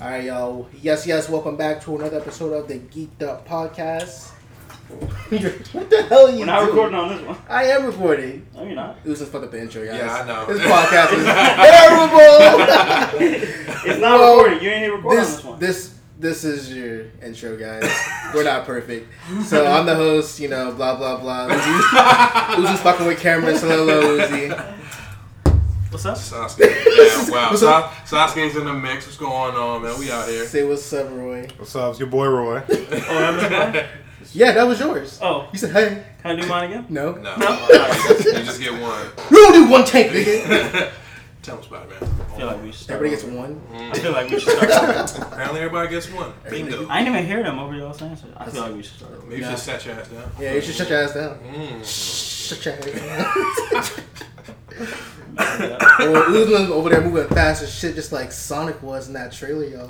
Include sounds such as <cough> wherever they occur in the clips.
All right, y'all. Yes, yes. Welcome back to another episode of the Geeked Up Podcast. <laughs> what the hell are you We're not doing? recording on this one. I am recording. No, <laughs> you're not. It was just fucked up the intro, guys. Yeah, I know. <laughs> This podcast is terrible. <laughs> It's not Oh. Well, recorded. You ain't even recording on this, this one. this, this is your intro, guys. We're not perfect. So I'm the host. You know, blah blah blah. Uzi, Uzi's fucking with cameras. Hello, hello, Uzi. What's <laughs> up? Sasuke. Yeah, wow. Sa- Sasuke's in the mix. What's going on, man? We out here. Say what's up, Roy. What's up? It's your boy Roy. Mm. Oh, that was Yeah, that was yours. Oh, You said, hey, can I do mine again? no. <laughs> No. No. <laughs> you just get one. You don't do one take, nigga. <laughs> Tell them about it, man. Mm. I feel like we should start. Everybody gets over. <laughs> one. I feel like <laughs> we should start. over. Apparently, everybody gets one. Bingo. I didn't even hear them over y'all's answer. I feel like we should <laughs> start. Over. Maybe you should set your ass down. Yeah, you should shut your ass down. Mm. Shut your ass down. Yeah. <laughs> or Uzman's over there moving fast as shit, just like Sonic was in that trailer, y'all.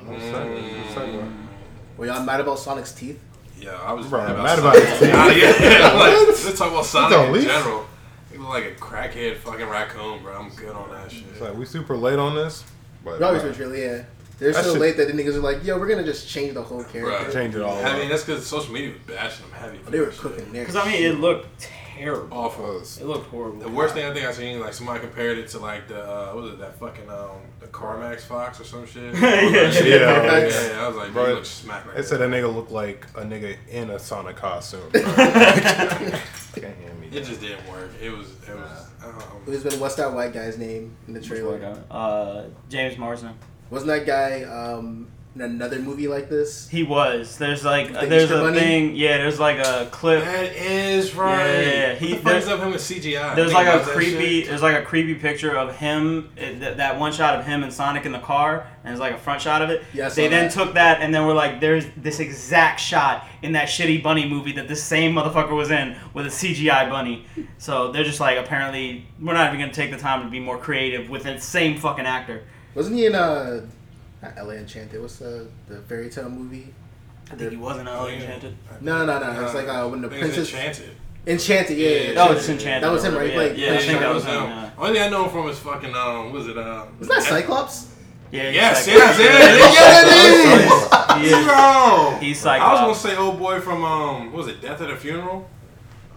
Were y'all mad about Sonic's teeth? Yeah, I was Bro, mad about, mad mad about his teeth. <laughs> <laughs> yeah, like, let's talk about Don't Sonic in leave. general. He look like a crackhead fucking raccoon, bro. I'm good on that shit. It's like we super late on this, but We always uh, been really, yeah. They're That so shit- late that the niggas are like, yo, we're gonna just change the whole character. Bruh. change it all. I mean, up. that's because social media was bashing him heavy. for They were that shit. cooking there. Because I mean, it looked terrible. Awful. Us. It looked horrible. The worst thing <laughs> I think I seen like somebody compared it to like the uh, what was it that fucking um the Carmax Fox or <laughs> some shit. Yeah. yeah, Yeah. yeah, yeah. I was like, bro, Bro, you look smack like They said that. that nigga looked like a nigga in a <laughs> Sonic costume. Can't hand me It that. <laughs> just didn't work. It was it was um, Uzman, what's that white guy's name in the trailer? <laughs> Uh, James Marsden. Wasn't that guy um, in another movie like this? He was. There's like The there's Easter a Bunny? thing. Yeah. There's like a clip. that is right. Yeah, yeah, yeah. He He- what the fuck is there- up him with CGI. There's Think like a about that creepy, shit. there's like a creepy picture of him, it, that, that one shot of him and Sonic in the car, and it's like a front shot of it. Yeah, I saw they then that. took that and then were like, there's this exact shot in that shitty bunny movie that this same motherfucker was in with a CGI bunny. So they're just like, apparently, we're not even gonna take the time to be more creative with that same fucking actor. Wasn't he in uh, not LA Enchanted? What's the the fairy tale movie? I think he was in Oh, Enchanted. yeah. No, no, no. It's like uh, when the I think it's princess Enchanted. Enchanted. Yeah, yeah. yeah. Oh, it's Enchanted. That was him, right? Yeah, Like- yeah, I think that was him. him. Yeah, Only thing I know him from is fucking um, what was it um? Wasn't that Cyclops? yeah Yes, he's yes, yes, Cyclops. yes, Yeah. yes, yes. He is- Yo! He's I was gonna Cyclops. say old boy from um what was it Death at a Funeral?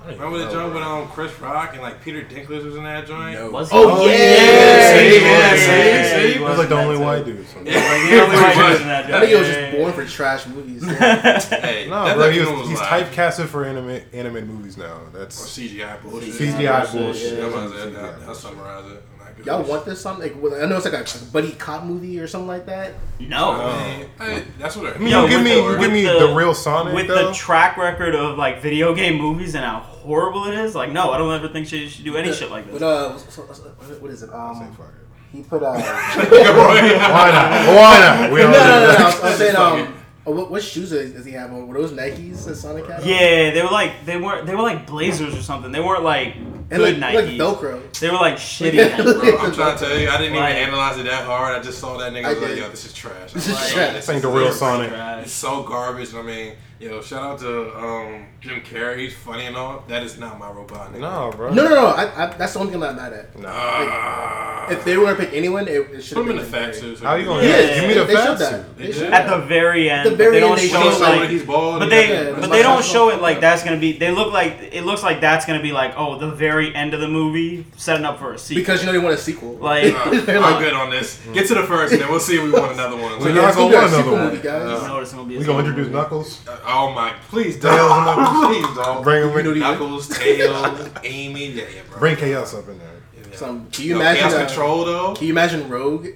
Remember the know, joint with bro. um Chris Rock and like Peter Dinklage was in that joint? Was he? Oh, Oh, yeah. yeah, see, yeah, yeah, yeah, see, yeah, see. yeah. He was like the only white dude. so- Yeah. Like, the only white dude was in that I think he was job. just born for trash movies. <laughs> Hey, No, Death bro, at a he Funeral was, he's live. <laughs> typecasted for anime animated movies now. Or That's CGI bullshit. CGI bullshit, bullshit. Oh, That That's was CGI it. That- That bullshit. summarizes it. Not good. Y'all want this something? Like, well, I know it's like a buddy cop movie or something like that. <laughs> No. I mean, Oh, hey, that's what I mean, Yo, you Oh. give with me, the- with <laughs> you <laughs> give me the- the, real Sonic With though. the track record of like video game movies and how horrible it is, like no, I don't ever think she should do any shit like But this. uh, so- so- what is it? Say Um, fuck it. he put <laughs> uh, no, Why Why not? Why not? <laughs> We no, no, no. all do that. I'm, I'm saying Fuck um, oh, what, what shoes does does he have on? Were those Nikes that Sonic had? on? Yeah, they were like they weren't they were like blazers or something. They weren't like and good like, like Nikes. Velcro. they were like shitty Nikes. Bro, I'm trying to tell you, I didn't even Like- analyze it that hard. I just saw that nigga. I was I like, did. yo, this is trash. This I'm is like, trash. this This ain't the is real literally- Sonic. It's Trash. so garbage. I mean, yo, shout out to um, Jim Carrey. He's funny and all. That is not my robot. Nigga. No, bro. No, no, no. I, I, that's the only thing I'm not mad at. Nah. Ah. If they were gonna pick anyone, it, it should Put have him in been the Barry. fact suit. How you gonna? Yeah, Yeah, give me the they showed facts. that. They They did. showed At that. the very end, the very but they don't end, they show showed, it like he's bald. But and they, he got Yeah, that- but it's they like- don't show it like that's gonna be. They look like it looks like that's gonna be like oh the very end of the movie setting up for a sequel. Because you know they want a sequel. Like- <laughs> They're Uh, like, I'm good on this. Get to the first, and then we'll see if we want another one. So yeah, We're not it's gonna gonna be a want sequel another one. movie, guys. You notice it'll be a We gonna sequel introduce movie. Knuckles. oh my! Please, dog. please, dog. Bring him You know the- in. Knuckles, Tails, Amy, yeah, yeah, bro. Bring chaos up in there. Yeah. Some, can you Yo, imagine? Chaos uh, Control though. Can you imagine <laughs> Rogue?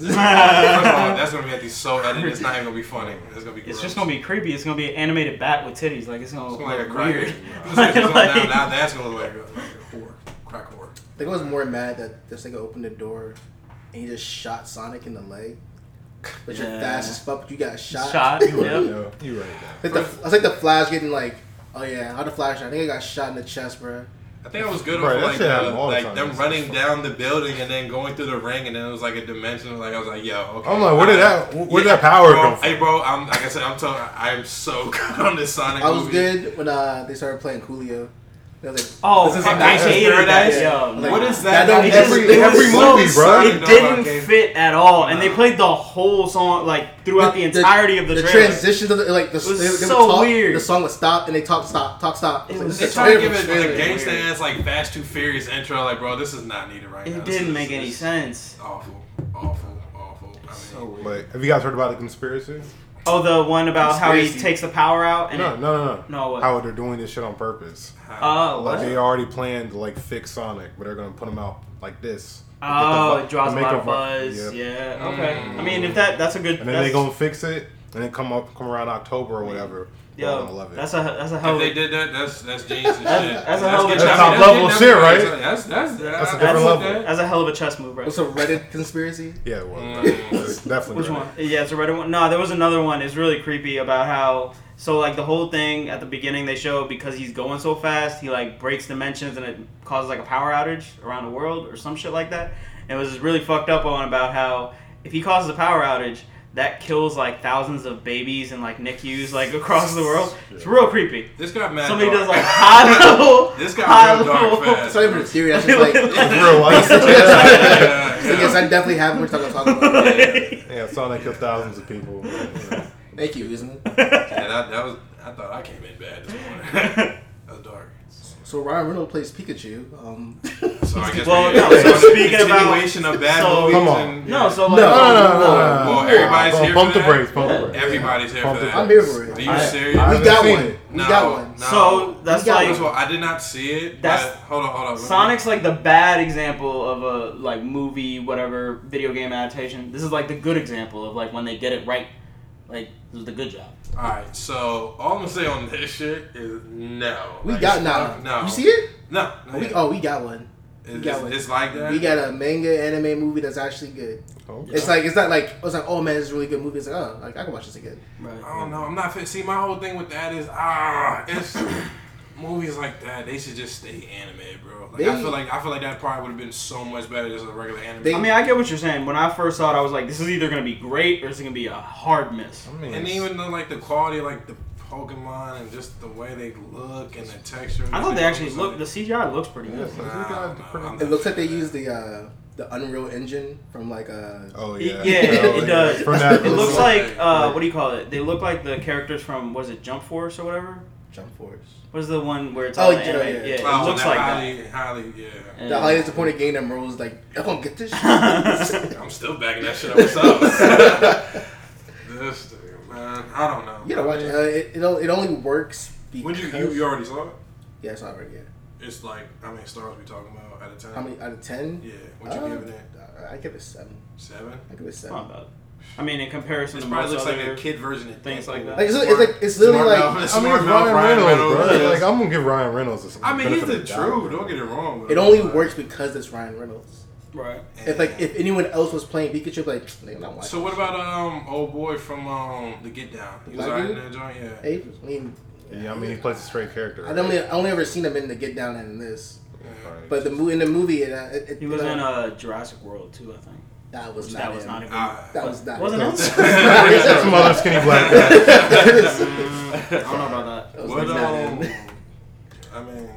First of all, that's gonna be at the so edited. It's not even gonna be funny. It's gonna be. It's just gonna be creepy. It's gonna be an animated bat with titties. Like it's gonna It's look gonna like a cracker. <laughs> weird. It's Like, gonna- <laughs> like- now, now that's gonna look like a, like a whore, crack whore. I think I was more mad that this nigga opened the door and he just shot Sonic in the leg. But you're Yeah. fast as fuck, but you got shot. <laughs> Shot. You right, yep. yo. You right. yo. Like the, I was like the Flash getting like, oh yeah, how the Flash? I think I got shot in the chest, bro. I think I was good Bro, on that like shit uh, happened all the like time. them It's running fun. down the building and then going through the ring and then it was like a dimension. Like I was like, yo, okay. I'm like, where did that- where did that power bro, come from? Hey, bro, I'm like I said, I'm telling, I'm so <laughs> good on this Sonic. I was movie. good when uh, they started playing Coolio. They're like, Oh, This is fuck, a I Gangsta's hated Paradise? that. Yo, like, What is that? don't- It just- every it every was movie, so bro. sudden. No, It didn't okay. fit at all, and they Nah. played the whole song like throughout the, entirety of the, trailer. transitions of the like the, was they, they so would talk, weird. The song would stop and they talk stop talk stop. It It's like, was this They is so try to give terrible it like a trailer. gangsta ass like Fast Too Furious intro. Like, bro, this is not needed right now. it This didn't is- make any this is sense. Awful, awful, awful. I mean, Like, have you guys heard about the conspiracy? Oh, the one about how he Conspiracy. takes the power out and No, no, it- no, no. No, what? How they're doing this shit on purpose. oh, Like they what? already planned to like fix Sonic, but they're gonna put him out like this. Oh, Get the it draws fu- a make lot of fu- buzz. yeah. Yeah. Okay. Mm. I mean, if that that's a good. And then that's, they gonna fix it, and then come up, come around October or whatever. They're Yo, gonna love it. that's a that's a hell. if they did that, that's that's genius and That's- shit. that's a hell of a- getting- That's I mean, top level getting shit, right? everybody to- That's that's That's a I- I different see level. that. That's a hell of a chess move, right? What's a Reddit conspiracy? yeah, well, Mm. it's definitely. Which right. one? Yeah, it's a red one. No, there was another one. It's really creepy about how so like the whole thing at the beginning they show because he's going so fast, he like breaks dimensions and it causes like a power outage around the world or some shit like that. And it was this really fucked up one about how if he causes a power outage, that kills like thousands of babies and like NICUs like across the world. It's real creepy. This got mad. Somebody dark. does like <laughs> high <laughs> <laughs> level. This high got real dark level- fast. It's not even a theory. <laughs> That's just like. <laughs> It's real life. Yeah, So yes, I definitely have. We're talking talk about. it. Yeah. yeah, Sonic killed thousands <laughs> of people. but, you know. Thank you, isn't it? Yeah, that, that was. I thought I came in bad this <laughs> morning. that was dark. So Ryan Reynolds plays Pikachu. <laughs> Um, So I guess Well, we, no, so <laughs> speaking about- continuation of bad so- movies. Come on. And, No, so No, like no, No, no, no, no, whoa, no, Well, no. everybody's Well, here Pump for the that? brakes. Pump the brakes. everybody's here Pump for the that. I'm here for it. Are you I- serious? I we haven't got seen one. it. We got one. No. So that's We got like First of all, I did not see it. That's- but, hold on, hold on. Sonic's like the bad example of a like movie, whatever video game adaptation. This is like the good example of like when they did it right. Like this was the good job. All right, so all I'm gonna say on this shit is no. We Like, got it's now. not- No. You see it? No. no We, yeah. oh, we got one. it's, got it's- one. it's like that. We got a manga anime movie that's actually good. Oh, It's like it's not like it's like oh man, it's a really good movie. It's like oh, like I can watch this again. I don't know. I'm not fit. See, my whole thing with that is ah, it's <coughs> movies like that. They should just stay anime, bro. Like I They- feel like I feel like that probably would have been so much better just a regular anime. They- I mean, I get what you're saying. When I first saw it, I was like, this is either gonna be great or it's gonna be a hard miss. I mean, and it's- even the, like the quality, like the Pokemon and just the way they look and the texture. I thought they actually looked. The CGI looks pretty good. Yes. Nah, You got nah, pretty- I'm It not looks like they feeling use the uh the Unreal Engine from like uh <laughs> oh It- yeah, yeah, it- it does. From It It looks It's like like- uh, what do you call it? They look like the characters from was it Jump Force or whatever? Jump Force. What is the one where it's Oh, all the yeah, anime? yeah. Yeah, Oh, it looks that like that. highly, highly, yeah. The highly disappointed game that Rose like I don't get <laughs> this. shit." And- I'm still backing that shit up. What's up? <laughs> this thing, man. I don't know. <laughs> you know, watch it. Uh, it, it o- it only works because When you, you you already saw it? yeah, it's not right yet. It's like how many stars we talking about at a time? How many out of ten? Yeah. Would you Uh, give it a I give it seven. seven? I give it It's seven. not bad. I mean, in comparison This to probably most looks other, like a kid version of things like Deadpool. that. Like it's, it's like it's literally Smart like mouth, I mean, smart it's mouth, Ryan Reynolds, bro. yeah. Like, I'm gonna give Ryan Reynolds. a I mean, he's benefit the of doubt, truth. bro. Don't get it wrong. but- it only works because it's Ryan Reynolds. right? If like if anyone else was playing Pikachu, like nigga, I'm not watching. So what about um old boy from um The Get Down? He was Black alright in dude? that joint, yeah. <laughs> Hey, I mean, Yeah, I mean, he plays a straight character. I only I only ever seen him in the Get Down and this, Right. but the mo- in the movie, it, uh, it, it, He was uh, in uh, Jurassic World too, I think. that was Which not that was him. not a good. Ah. that was not Wasn't him. it? <laughs> That's some other skinny black <laughs> guy. I don't know about that. That was What not him. um? I mean,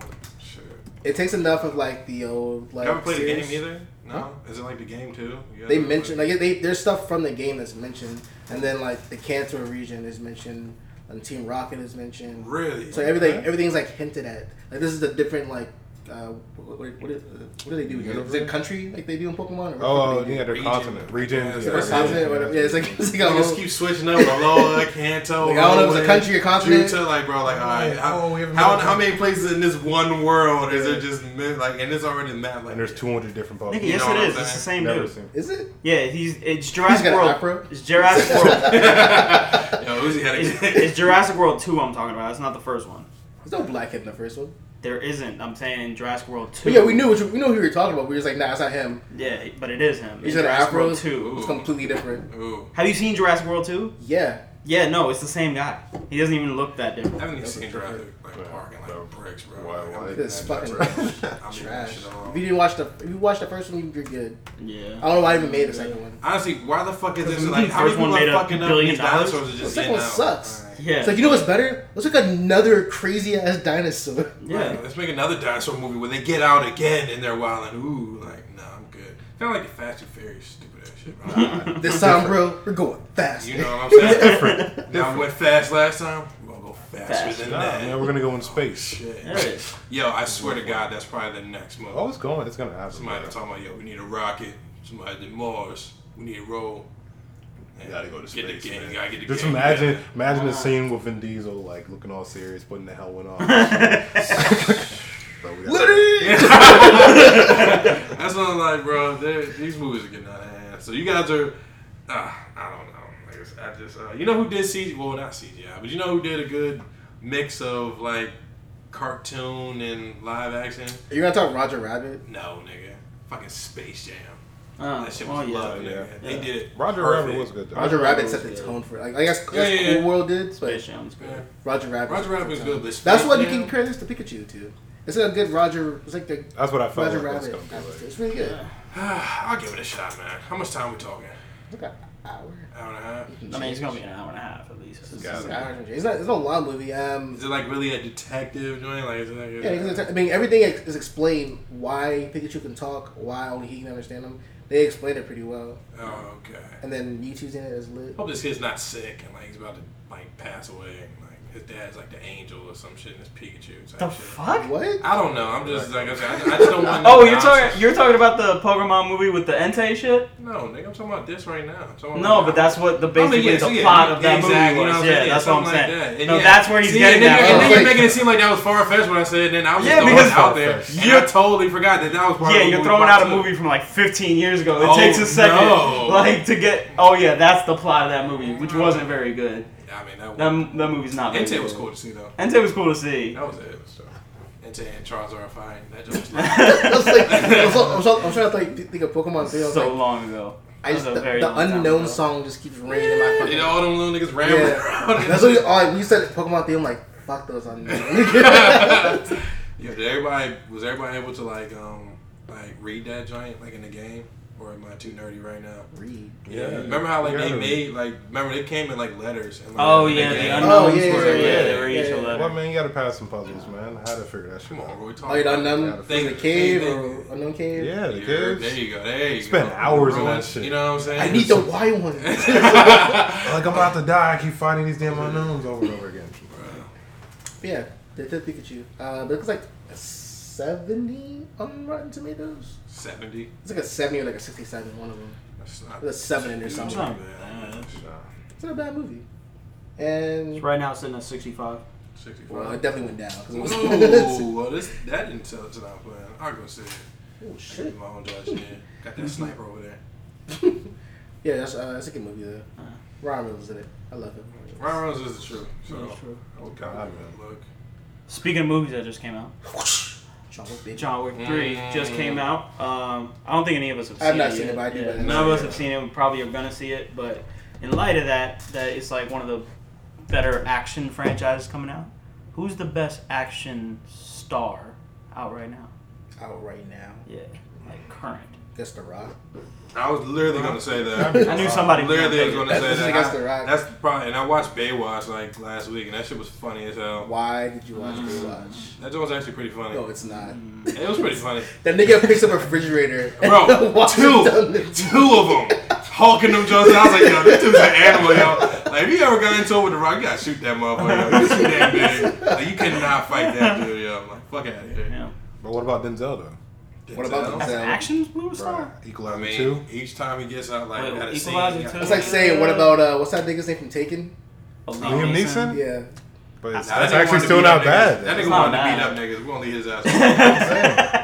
shit. It takes enough of like the old like. you haven't played the game series. either? No. Is it like the game too? You They haven't mentioned played- like they there's stuff from the game that's mentioned, and then like the Cancer region is mentioned, and Team Rocket is mentioned. really. So everything everything's like hinted at. Like this is a different like. Uh, what, what, what, is- what do they do? Is it country like they do in Pokemon? Or what Oh, do they do? yeah, their Region. continent, region, Yeah, yeah, it's Or continent, or whatever. Yeah, it's like, it's like a They just whole- keep switching up <laughs> Alola, Kanto. Like, I don't know if it's a Hoenn, country or continent. Juta, like, bro, like, all right, Oh, how, we haven't how, been- how many places in this one world is there just meant, like, and it's already mapped like And there's 200 different Nigga, Pokemon. You yes, know it what is. I'm It's the same saying? Never dude. seen. Is <laughs> it? Yeah, he's <laughs> it's Jurassic got an World. afro? It's <laughs> Jurassic World. Yo, Uzi had a <laughs> it's, <laughs> it's Jurassic World two. I'm talking about. It's not the first one. There's no black kid in the first one. There isn't. I'm saying in Jurassic World two. But yeah, we knew what you, we knew who you were talking about. We were just like, nah, it's not him. Yeah, but it is him. He's In got an Jurassic afro. World two. It's completely different. Ooh. Have you seen Jurassic World two? Yeah, Yeah, no, it's the same guy. He doesn't even look that I different. haven't even That's seen what I traffic like parking Bro. like bricks, bro. Why- Like, why- I'm- It's <laughs> fucking <laughs> I'm leaving that trash. shit alone. If you didn't watch the, if you watched the first one, you're good. I Yeah. don't know why I even made the second one. Honestly, why the fuck is Because this the like how many first people one made are a fucking up billion these dollars? dinosaurs? Are just The second in one now. sucks. Alright. Yeah. It's like you know what's better? Let's make another crazy ass <laughs> dinosaur. yeah. <laughs> Like, let's make another dinosaur movie where they get out again and they're wild and ooh, like, nah, I'm good. Kind of like the Fast and Furious, stupid ass shit. Bro. <laughs> This time, bro, we're going fast. You know what I'm <laughs> saying? Different. <laughs> Now I went fast last time. We're gonna go faster Fast. than Nah, that. man, we're gonna go in space. Shit. There it is. Yo, I swear to God, that's probably the next month. Oh, it's going. It's gonna happen. Somebody man. talking about yo, we need a rocket. Somebody did Mars. We need a roll. You gotta go to Get space. the gang. man. You gotta get the Just gang imagine, together. imagine the scene with Vin Diesel like looking all serious, putting the helmet on. Bro, we gotta- <laughs> <laughs> That's what I'm like, bro. they're- These movies are getting out of hand. So you guys are, uh, I don't know. Like I said, I just, uh, you know who did CGI? Well, not CGI, but you know who did a good mix of like cartoon and live action? You're gonna talk Roger Rabbit? No, nigga. Fucking Space Jam. Oh, That shit well, was yeah. love, yeah. nigga. They Yeah. did it. Roger perfect. Rabbit was good though. Roger Rabbit set the Rabbit. tone for it. Like I guess, I Yeah, guess yeah, yeah. Cool World did, Space but Jam was good. Yeah. Roger Rabbit. Roger Rabbit was good, but Space That's what you Jam- can compare this to Pikachu to. It's a good Roger. It's like the That's what I felt Roger like Rabbit. was gonna be atmosphere. like. It's really good. Yeah. <sighs> I'll give it a shot, man. How much time we talking? Like an hour. Hour and a half? I mean, it's gonna be an hour and a half at least. It's Got It's, just an like- hour and change. it's not. It's not a long movie. Um. Is it like really a detective joint? Like, is it like Yeah, because it's- I mean, everything is explained why Pikachu can talk, why only he can understand him. They explain it pretty well, Oh, okay. and then Mewtwo's in it as lit. hope this kid's not sick and like he's about to like pass away. And, like his dad's like the angel or some shit, and it's Pikachu. Type The shit. fuck? What? I don't know. I'm just like I, said, I I just don't want. <laughs> Oh, no you're talking nonsense. you're talking about the Pokemon movie with the Entei shit? No, nigga, I'm talking about this right now. I'm talking No, about- but that's what the I mean, basically yeah, the so yeah, plot of that exactly, movie you know was. I'm Yeah, saying? that's what I'm something like saying. that. And no, yeah. that's where he's See, getting and then, that. you're- And then from. you're making it seem like that was far fetched when I said, it, then I was Yeah, yeah, throwing because- it out there. And I You're- totally forgot that that was part yeah, of the you're movie throwing plot, out a too. movie from like 15 years ago. It Oh, takes a second, no. like to get. Oh yeah, that's the plot of that movie, which wasn't very good. I mean, that That was. that movie's not. very Entei was good. cool to see though. Entei was cool to see. That was it. So, Entei and Charizard fighting. That joke <laughs> was like. <laughs> I was like, I was, I was, I was trying to like th- think of Pokemon. Thing. I was So like, long ago. I just That the, was a very the long time ago. unknown song just keeps ringing in my You fucking. know, all them little niggas rambling Yeah, <laughs> around. that's what you, all <laughs> right, when you said Pokemon theme. I'm like, fuck those <laughs> unknown. Yeah, did everybody was everybody able to like um like read that giant like in the game, or am I too nerdy right now? Read. Yeah. Remember how like You they gotta made like remember they came in like letters. And, like, Oh in yeah, game. the Oh, unknowns yeah, were yeah, yeah, yeah, they were yeah, each yeah. a letter. well, man, you gotta pass some puzzles, man. I had to figure that shit Come on, out. what we talking Oh, you about? don't know? They- From the cave they- or unknown cave? Yeah, the Yeah, There kids. you go. There you Spend go. hours on Ruins, that shit. You know what I'm saying? I need the Y one. <laughs> <laughs> Like I'm about to die. I keep finding these damn unknowns over and <laughs> over again. yeah, they did Pikachu. Uh, but it was like a 70 on Rotten Tomatoes. <laughs> seventy. It's like a 70 or like a 67, one of them. That's not. There's seven in there It's somewhere. not bad. Nah. It's not a bad movie. And Right now, it's sitting at 65. well, it 65. definitely went down. <laughs> 'cause it was- Ooh, <laughs> well, this that didn't tell us what I'm playing. I'll go see it. oh, I shit. <laughs> did my own judge. Yeah, got that sniper over there. Yeah, that's, uh, that's a good movie, though. Uh. Ryan Reynolds did it. I love him. Ryan Reynolds is the truth. So Oh, I would God, kind of man. look. Speaking of movies that just came out, John Wick, bitch. John Wick 3 just Mm. came out. Um, I don't think any of us have seen I've not it. seen yet. it, but I do Yeah, know. None of us have seen it. We probably are going to see it. But in light of that, that it's like one of the better action franchises coming out. Who's the best action star out right now? Out right now. Yeah, like current. That's The Rock. I was literally gonna say that. I knew somebody was Uh, literally was gonna gonna pick it. say That's that. against I- the rock. That's probably. And I watched Baywatch like last week, and that shit was funny as hell. Why did you watch Mm. Baywatch? That joint was actually pretty funny. No, it's not. It was pretty funny. That nigga picks up a refrigerator. and <laughs> Bro, walks two, down the- two of them hulking them joints. And I was like, yo, this dude's an animal, yo. Like, if you ever got into it with the rock, you gotta shoot that motherfucker. Yo. He's too <laughs> damn big. Like, you cannot fight that dude, yo. I'm like, fuck out of here. Yeah. But what about Denzel though? What about Denzel? That's an So- action movie star? Right. Equalizer I mean, two. each time he gets out, like, Wait, at a scene, Equalizer he got- two? It's like saying, what about uh, what's that nigga's name from Taken? Liam Neeson? Yeah, But it's, Nah, that that's nigga actually wanted to still beat not up bad. niggas. That It's nigga not wanted bad. to beat up niggas. We're gonna leave his ass.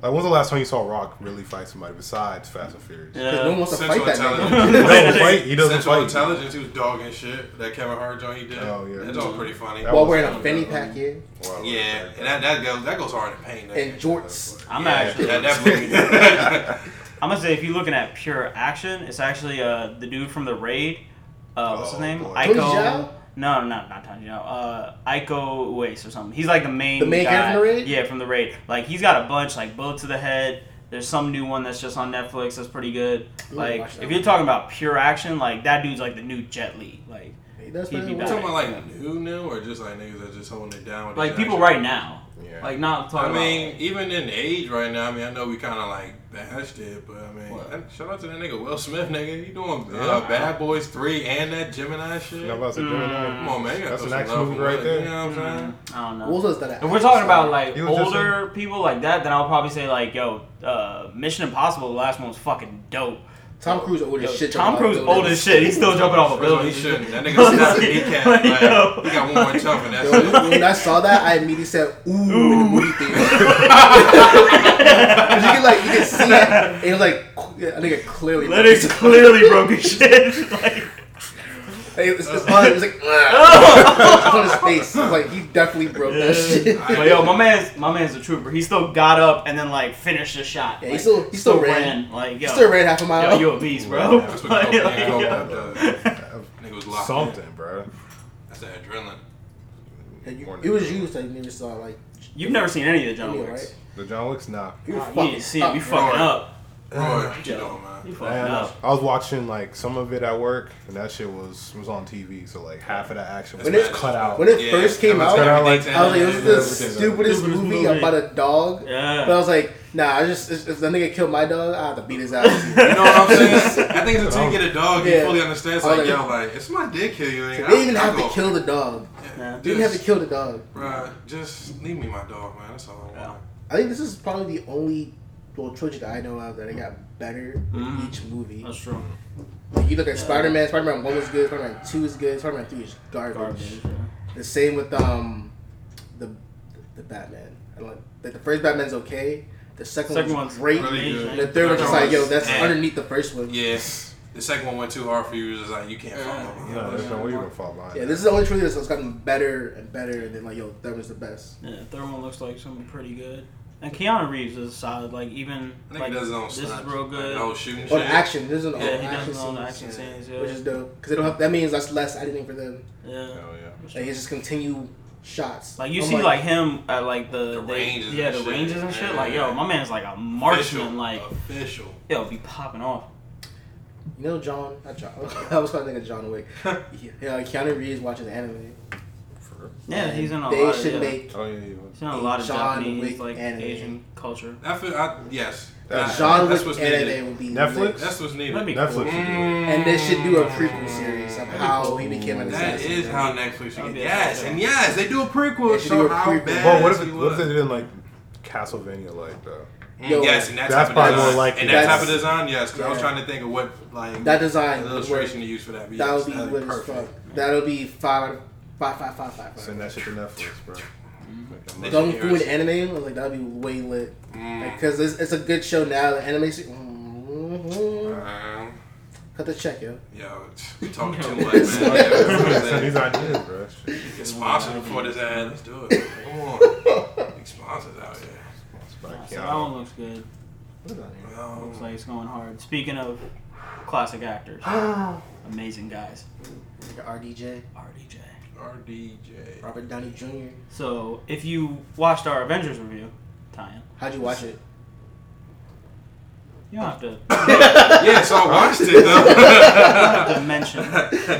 Like, when was the last time you saw Rock really fight somebody besides Fast and <laughs> Furious? Yeah. because no one wants to Central fight that Intelligence. nigga. <laughs> He doesn't fight. He doesn't Central fight. Intelligence, he was dogging shit. That Kevin Hart joint he did. Oh, yeah. That's all pretty funny. That While was- wearing a fanny pack here Wow. yeah, and that, that goes that goes hard in pain. That and jorts. I'm yeah, actually. that, that movie. I'm gonna say if you're looking at pure action, it's actually uh, the dude from the raid, uh, what's his Oh, name? boy. Aiko. Tony Zhao? No, no, not Tony Zhao. Uh, Aiko Ues or something. He's like the main. The main guy guy from the raid? Yeah, from the raid. Like he's got a bunch like Bullet to the Head. There's some new one that's just on Netflix that's pretty good. Ooh, Like watch that if one. you're talking about pure action, like that dude's like the new Jet Li. Like He does He'd play be the <laughs> You talking back. one. about like new new or just like niggas that just holding it down? With like the people jacket? right now. Yeah. Like not I talking. mean, even in age right now, I mean, I know we kind of like bashed it, but I mean, What? that- shout out to that nigga Will Smith, nigga. He doing Yeah. uh, Bad Boys Three and that Gemini shit. You know, I was like, Mm. doing that. Come on, man. You gotta That's throw an some action love movie for right Will, there. You know what I'm saying? about, Mm-hmm. I don't know. What was that? If we're talking about like He was just older people like that, then I'll probably say like, yo, uh, Mission Impossible, the last one was fucking dope. Tom Cruise old as Yo, shit. Tom jumping off Cruise old buildings. as shit. He's still jumping off a First of all, building. <laughs> he shouldn't. That nigga snapped the kneecap. Like, Yo. he got one more jump <laughs> <laughs> and that's Yo, it. when I saw that, I immediately said, "Ooh!" in the movie <laughs> <laughs> theater. 'Cause you can like you can see it, and it was like I think it clearly. Leonard's clearly broke his shit. <laughs> Like, It was, just on, it was <laughs> like "Ugh." oh. It's on his face. It's like he definitely broke that shit. but yo, my man's my man's a trooper. He still got up and then like finished the shot. Yeah, he Like, still- he still ran. Like He yo, still ran half a yo, mile. you a beast, bro. <laughs> That's what Like, Coke- like, Coke yo. Pep does. Uh, Nigga was Mm. locked. Something. Something, bro. That's that adrenaline. And you- it was you that you never saw like <laughs> You've never seen any of the John Yeah, Wicks. The John Wicks, nah. you Nah, were You fucking need to see it. up, You bro. fucking up. Roy, what you Yo. doing, man? You Man, fucking up. I was watching like some of it at work, and that shit was was on TV. So like half of that action was When it- cut out. when it first came out, I was I was like, it was the Everything's stupidest Stupidest movie movie. about a dog. Yeah. But I was like, nah, I just if, if the nigga killed my dog, I have to beat his ass. You know what <laughs> I'm saying? I think it's until you get a dog, you Yeah. fully understand. It's I like, was like- yo, like, if my dick kill you, ain't they even have to kill the dog. Yeah. They even have to kill the dog. Bruh, just leave me my dog, man. That's all I Yeah. want. I think this is probably the only well trilogy that I know of that I got better with Mhm. each movie. That's true. You look at Spider Man. Spider Man One was good. Spider Man Two is good. Spider Man Three is garbage. Garbage. The same with um, the the Batman. I don't like, like the first Batman's okay. The second, Second one's one's great. Really good. And the third one's just like, yo, that's Yeah. underneath the first one. Yeah. Yes. The second one went too hard for you. It was like, you can't follow me. No, there's no way you can fall behind. that. this is the only trilogy that's gotten better and better. And then like, yo, that was the best. Yeah, third one looks like something pretty good. And Keanu Reeves is solid. Like even I think like he does his own this stunts. is real Like, oh. good. the whole shooting On shit. action, this is an Yeah, all he does action, his own scenes, action scenes, yeah. which is dope because they don't have. That means that's less editing for them. yeah. Hell yeah. Like it's just continue shots. Like you I'm see like him at like the, The they- ranges yeah and the shit. ranges and shit. Yeah, Like yeah. yo, my man's like a Official. marksman. Like <laughs> Official. yo, be popping off. you know John, not John. <laughs> I was calling nigga John Wick. yeah, Keanu Reeves watches anime. For Yeah, he's in a They lot. should of, yeah. make Oh yeah, you He's in a lot of John Japanese Wick like anime. Asian culture. I feel, I, yes. That- That's John that's Wick what's anime needed. would be Netflix? lit. That's what's needed. That'd be Netflix cool. would do it. And they should do a prequel series of Mm. how he became an That assassin. is how Netflix That'd should be get. Yes, awesome. and yes, they do a prequel. They should do Show a how prequel. bad. Well, what if he it, what if was. they did in like Castlevania like uh, though? Mm, Yo, yes, and that that's type probably of design. more likely. And that type That's- of design, yes. 'cause I was yeah. trying to think of what like That design would illustration to use for that. but That yes, would be that'd lit as perfect. fuck. That'll be five, five, five, five, five. five. Send that shit to Netflix, bro. They Going should through an hear anime, I was like, that'd be way lit. Mm. Because it's, it's a good show now. The anime. Se- mm Um, Cut the check, <laughs> yo. Yo, <laughs> we talking too No. much, man. <laughs> Mm-hmm. Send Yo, these ideas, bro. Shit. Get sponsored for this ad. Let's do it. Come on. Big sponsors out here. It's by Nah, so that Keanu. one looks good. Looks Um, like it's going hard. Speaking of classic actors, Ah. amazing guys. RDJ, RDJ. RDJ. Robert Downey Jr. So if you watched our Avengers review, Tyan, How'd you watch it? you don't have to <laughs> Yeah, so I watched it <laughs> though. to <laughs> mention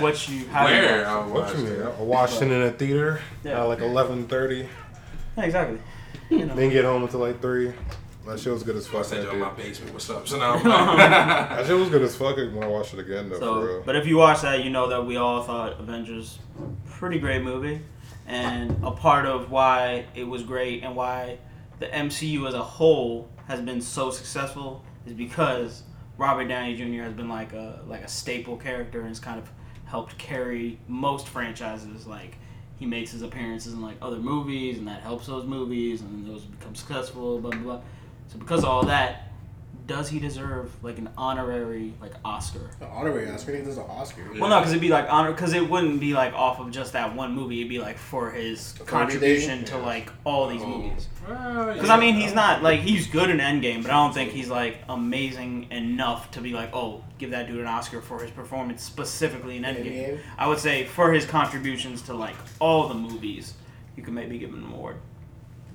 what you how you Where? watched. I What watched you mean? it. I watched it in a theater Yeah. at like eleven thirty, Yeah, exactly. You know. then get home until like three. That shit was good as I fuck. said, That, yo, my dude. basement. What's up? So now <laughs> I'm like, that shit was good as fuck when I watched it again though, for So, real. but if you watch that, you know that we all thought Avengers pretty great movie, and a part of why it was great and why the MCU as a whole has been so successful is because Robert Downey Jr. has been like a like a staple character and has kind of helped carry most franchises. Like he makes his appearances in like other movies, and that helps those movies, and those become successful. Blah blah. blah. So because of all that, does he deserve like an honorary like Oscar? An honorary Oscar. I think this is an Oscar. Yeah. Well, no, because it'd be like honor. Because it wouldn't be like off of just that one movie. It'd be like for his contribution to Yeah. like all these Oh. movies. Well, Because yeah. I mean, he's not like he's good in Endgame, but I don't think he's like amazing enough to be like, oh, give that dude an Oscar for his performance specifically in Endgame. Endgame. I would say for his contributions to like all the movies, you could maybe give him an award.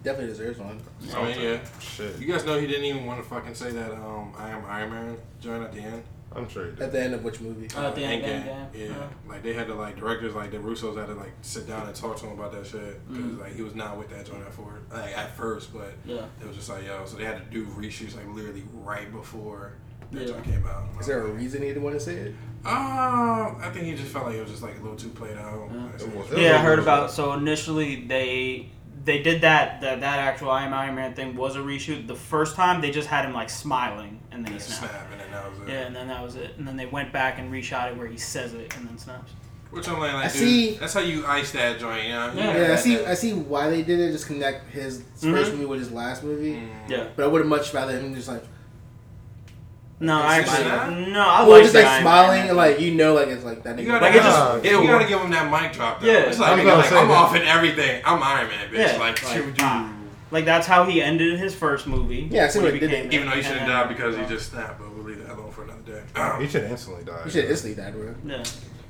Definitely deserves one. I mean, yeah. Shit. You guys know he didn't even want to fucking say that um, I am Iron Man joint at the end. I'm sure he did. At the end of which movie? Oh, Uh, at the end of Endgame. Endgame, Uh-huh. Yeah. yeah. Like they had to like directors like the Russos had to like sit down and talk to him about that shit because Mm-hmm. like he was not with that joint at for like at first, but Yeah. it was just like yo, so they had to do reshoots like literally right before that Yeah. joint came out. Is there a reason he didn't want to say it? Um, I think he just felt like it was just like a little too played out. Yeah. Like, so It was. he- Yeah, I heard about. So initially they they did that that that actual I Am Iron Man thing was a reshoot. The first time they just had him like smiling and then he and snapped. snap, and then that was it. Yeah, and then that was it. And then they went back and reshot it where he says it and then snaps. Which I'm like, like I dude, see- that's how you ice that joint. You know? You Yeah. gotta Yeah, I have see. that. I see why they did it. Just connect his first movie with his last movie. Mm-hmm. Mm. Yeah. But I would have much rather him just like, No, Is I it actually snap? no. I well, like just the like Iron smiling Man. and like you know, like it's like that. You Nigga. gotta, Like, it give, just- you it gotta give him that mic drop. Though. Yeah. it's like, I'm nigga, gonna like, say I'm that. off in everything. I'm Iron Man, bitch. Yeah, like, like, you do- ah. Like that's how he ended his first movie. Yeah, I see when what he did became there. even though he should and have then- died because he just snapped. But we'll leave that alone for another day. <clears throat> All He should instantly die. you should instantly die, bro. uh, Yeah.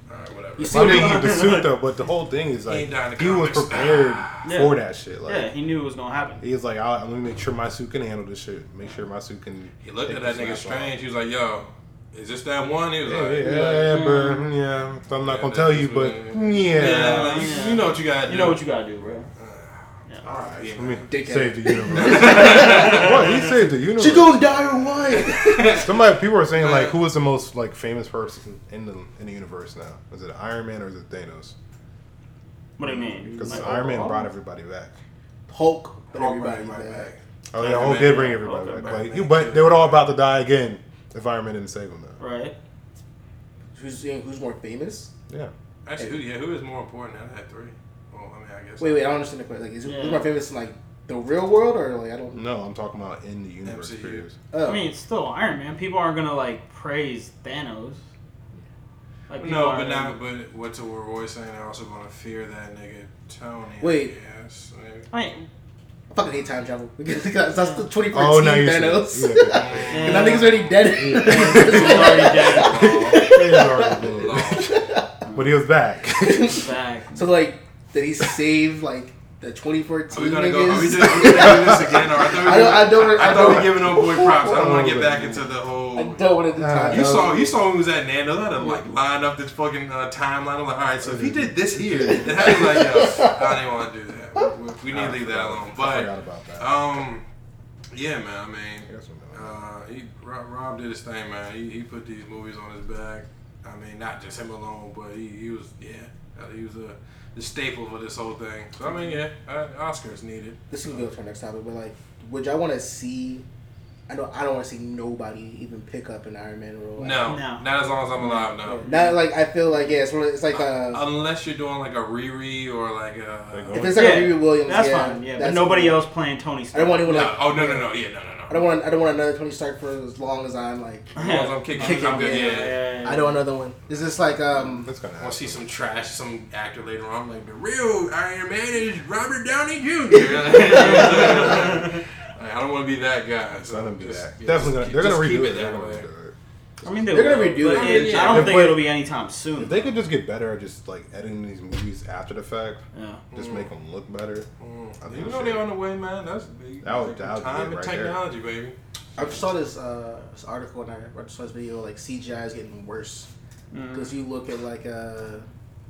right, whatever. You see- I mean, the suit though, but the whole thing is ain't like dying in the he was comics. prepared Yeah. for that shit. Like yeah, he knew it was gonna happen. he was like, I'll, I'm gonna make sure my suit can handle this shit. Make sure my suit can. He looked take at that this nigga last round." strange. He was like, "Yo, is this that one?" He was Yeah, like, yeah, he was yeah, like, hmm. yeah, bro. Mm, Yeah, so I'm not Yeah, gonna that- tell you, that's but what yeah. yeah, like, you- Yeah. you know what you got. You know what you gotta do, bro. All right, <laughs> I mean, Dickhead. save the universe. <laughs> what? He saved the universe. She gonna die or what? <laughs> Somebody, people are saying like, who is the most like famous person in the in the universe now? Is it Iron Man or is it Thanos? What do you mean? Because Like, Iron Man overall? brought everybody back. Hulk, but Hulk brought everybody's everybody back. back. Oh Iron yeah, Hulk Man. did bring everybody Hulk back, brought but, back. he- but they were all about to die again if Iron Man didn't save them. Though. Right. Who's who's more famous? Yeah, Actually, who, yeah, who is more important out of that three? Well, I mean, I guess. Wait, wait, I don't understand the question. Like, is Yeah. who's more famous in like the real world or like I don't? no, I'm talking about in the universe. MCU. periods. Oh. I mean, it's still Iron Man. People aren't gonna like praise Thanos. Like, people No, but aren't now, gonna- but what to what Roy saying, they're also gonna fear that nigga Tony. Wait. Yes. <laughs> I mean, I fucking hate time travel <laughs> because that's the 2014 Oh, now you Thanos. see <laughs> it. And Yeah. that nigga's already he's already dead. <laughs> dead. He was already dead. but he was <laughs> back. He's back. so like, did he save like the 2014 Are we gonna go? Are <laughs> we niggas? just, are we doing this again? Or I thought <laughs> we I don't- I don't- were- I, I thought we don't- were giving old <laughs> boy props. I don't want to Oh, get back man. into the I whole. don't want to do Nah, time. You no. saw you saw when he was at Nando's. I had to like line up this fucking uh, timeline. I'm like, all right, so if he did this here, then how you like, yo, <laughs> I didn't want to do that. We, we need to leave that alone. I But forgot about that. um, yeah, man. I mean, I guess we're done. Uh, he, Rob, Rob did his thing, man. He, he put these movies on his back. I mean, not just him alone, but he, he was yeah, uh, he was a the staple for this whole thing. So I mean, yeah, uh, Oscars needed. This can go for our next topic, but like, would y'all want to see? I don't. I don't want to see nobody even pick up an Iron Man role. No, No. not as long as I'm alive. No, Not like I feel like yeah, it's one. Of, it's like uh, unless you're doing like a Riri or like a. if it's like Yeah, a Riri Williams, That's yeah, fine. Yeah, but that's nobody cool. else playing Tony I Stark. don't want anyone No, like. oh no no no yeah no no no. I don't want. I don't want another Tony Stark for as long as I'm like. As long as I'm kicking, Kicking, I'm good. yeah. Yeah. I <laughs> don't want another one. Is this like um? That's gonna I want to see happen. some trash, some actor later on. Like the real Iron Man is Robert <laughs> Downey Jr. Like, I don't want to be that guy. It's gonna be just- that. yeah, Definitely just gonna. keep- They're gonna just keep redo it. They're that gonna way. redo it. I mean, they They're gonna will, redo but it. I don't If think we- it'll be anytime soon. If they could just get better at just like editing these movies after the fact, yeah. just make them look better. I Mm. think You we know should. they're on the way, man. That's big. That would- that would be time it and right there. technology, baby. I saw this uh this article and I I saw this video like CGI is getting worse Mm. because you look at like uh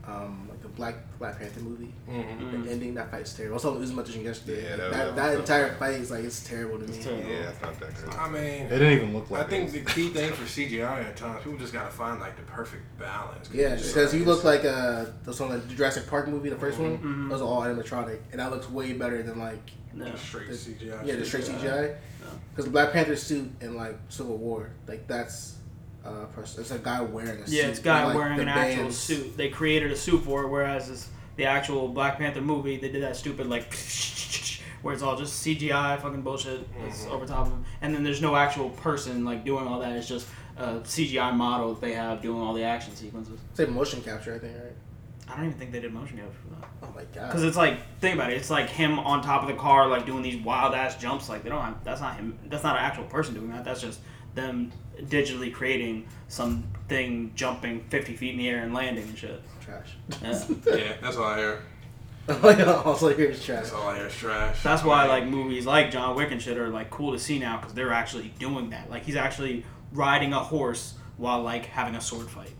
um like the Black Black Panther movie. Mm-hmm. The ending that fight's terrible. I saw Uzma Magician yesterday. Yeah, that that that, was- entire fight is like it's terrible to me. It's terrible. Yeah, it's not that good. I mean, It didn't even look I like. think it. the key thing for CGI at times, people just gotta find like the perfect balance. Yeah, Just because you like- look like uh the song like the Jurassic Park movie, the 1st one. Mhm. Those are all animatronic, and that looks way better than like Yeah. straight the- CGI. yeah the straight CGI. Because the Black Panther suit in like Civil War, like that's uh pers- it's a guy wearing a suit. Yeah, it's guy and, like, wearing the an actual bands- suit. They created a suit for it, whereas it's the actual Black Panther movie, they did that stupid like <laughs> where it's all just CGI fucking bullshit that's over top of them, and then there's no actual person like doing all that. It's just a CGI model that they have doing all the action sequences. Say motion capture, I think, right? I don't even think they did motion capture for that. Oh my Because god. it's like, think about it. It's like him on top of the car, like doing these wild ass jumps. Like they don't. Have, that's not him. That's not an actual person doing that. That's just them digitally creating something jumping 50 feet in the air and landing and shit. Trash. <laughs> oh, Yeah. Yeah, that's all I hear. All I hear is trash. That's all I hear is trash. That's why like movies like John Wick and shit are like cool to see now because they're actually doing that. Like he's actually riding a horse while like having a sword fight,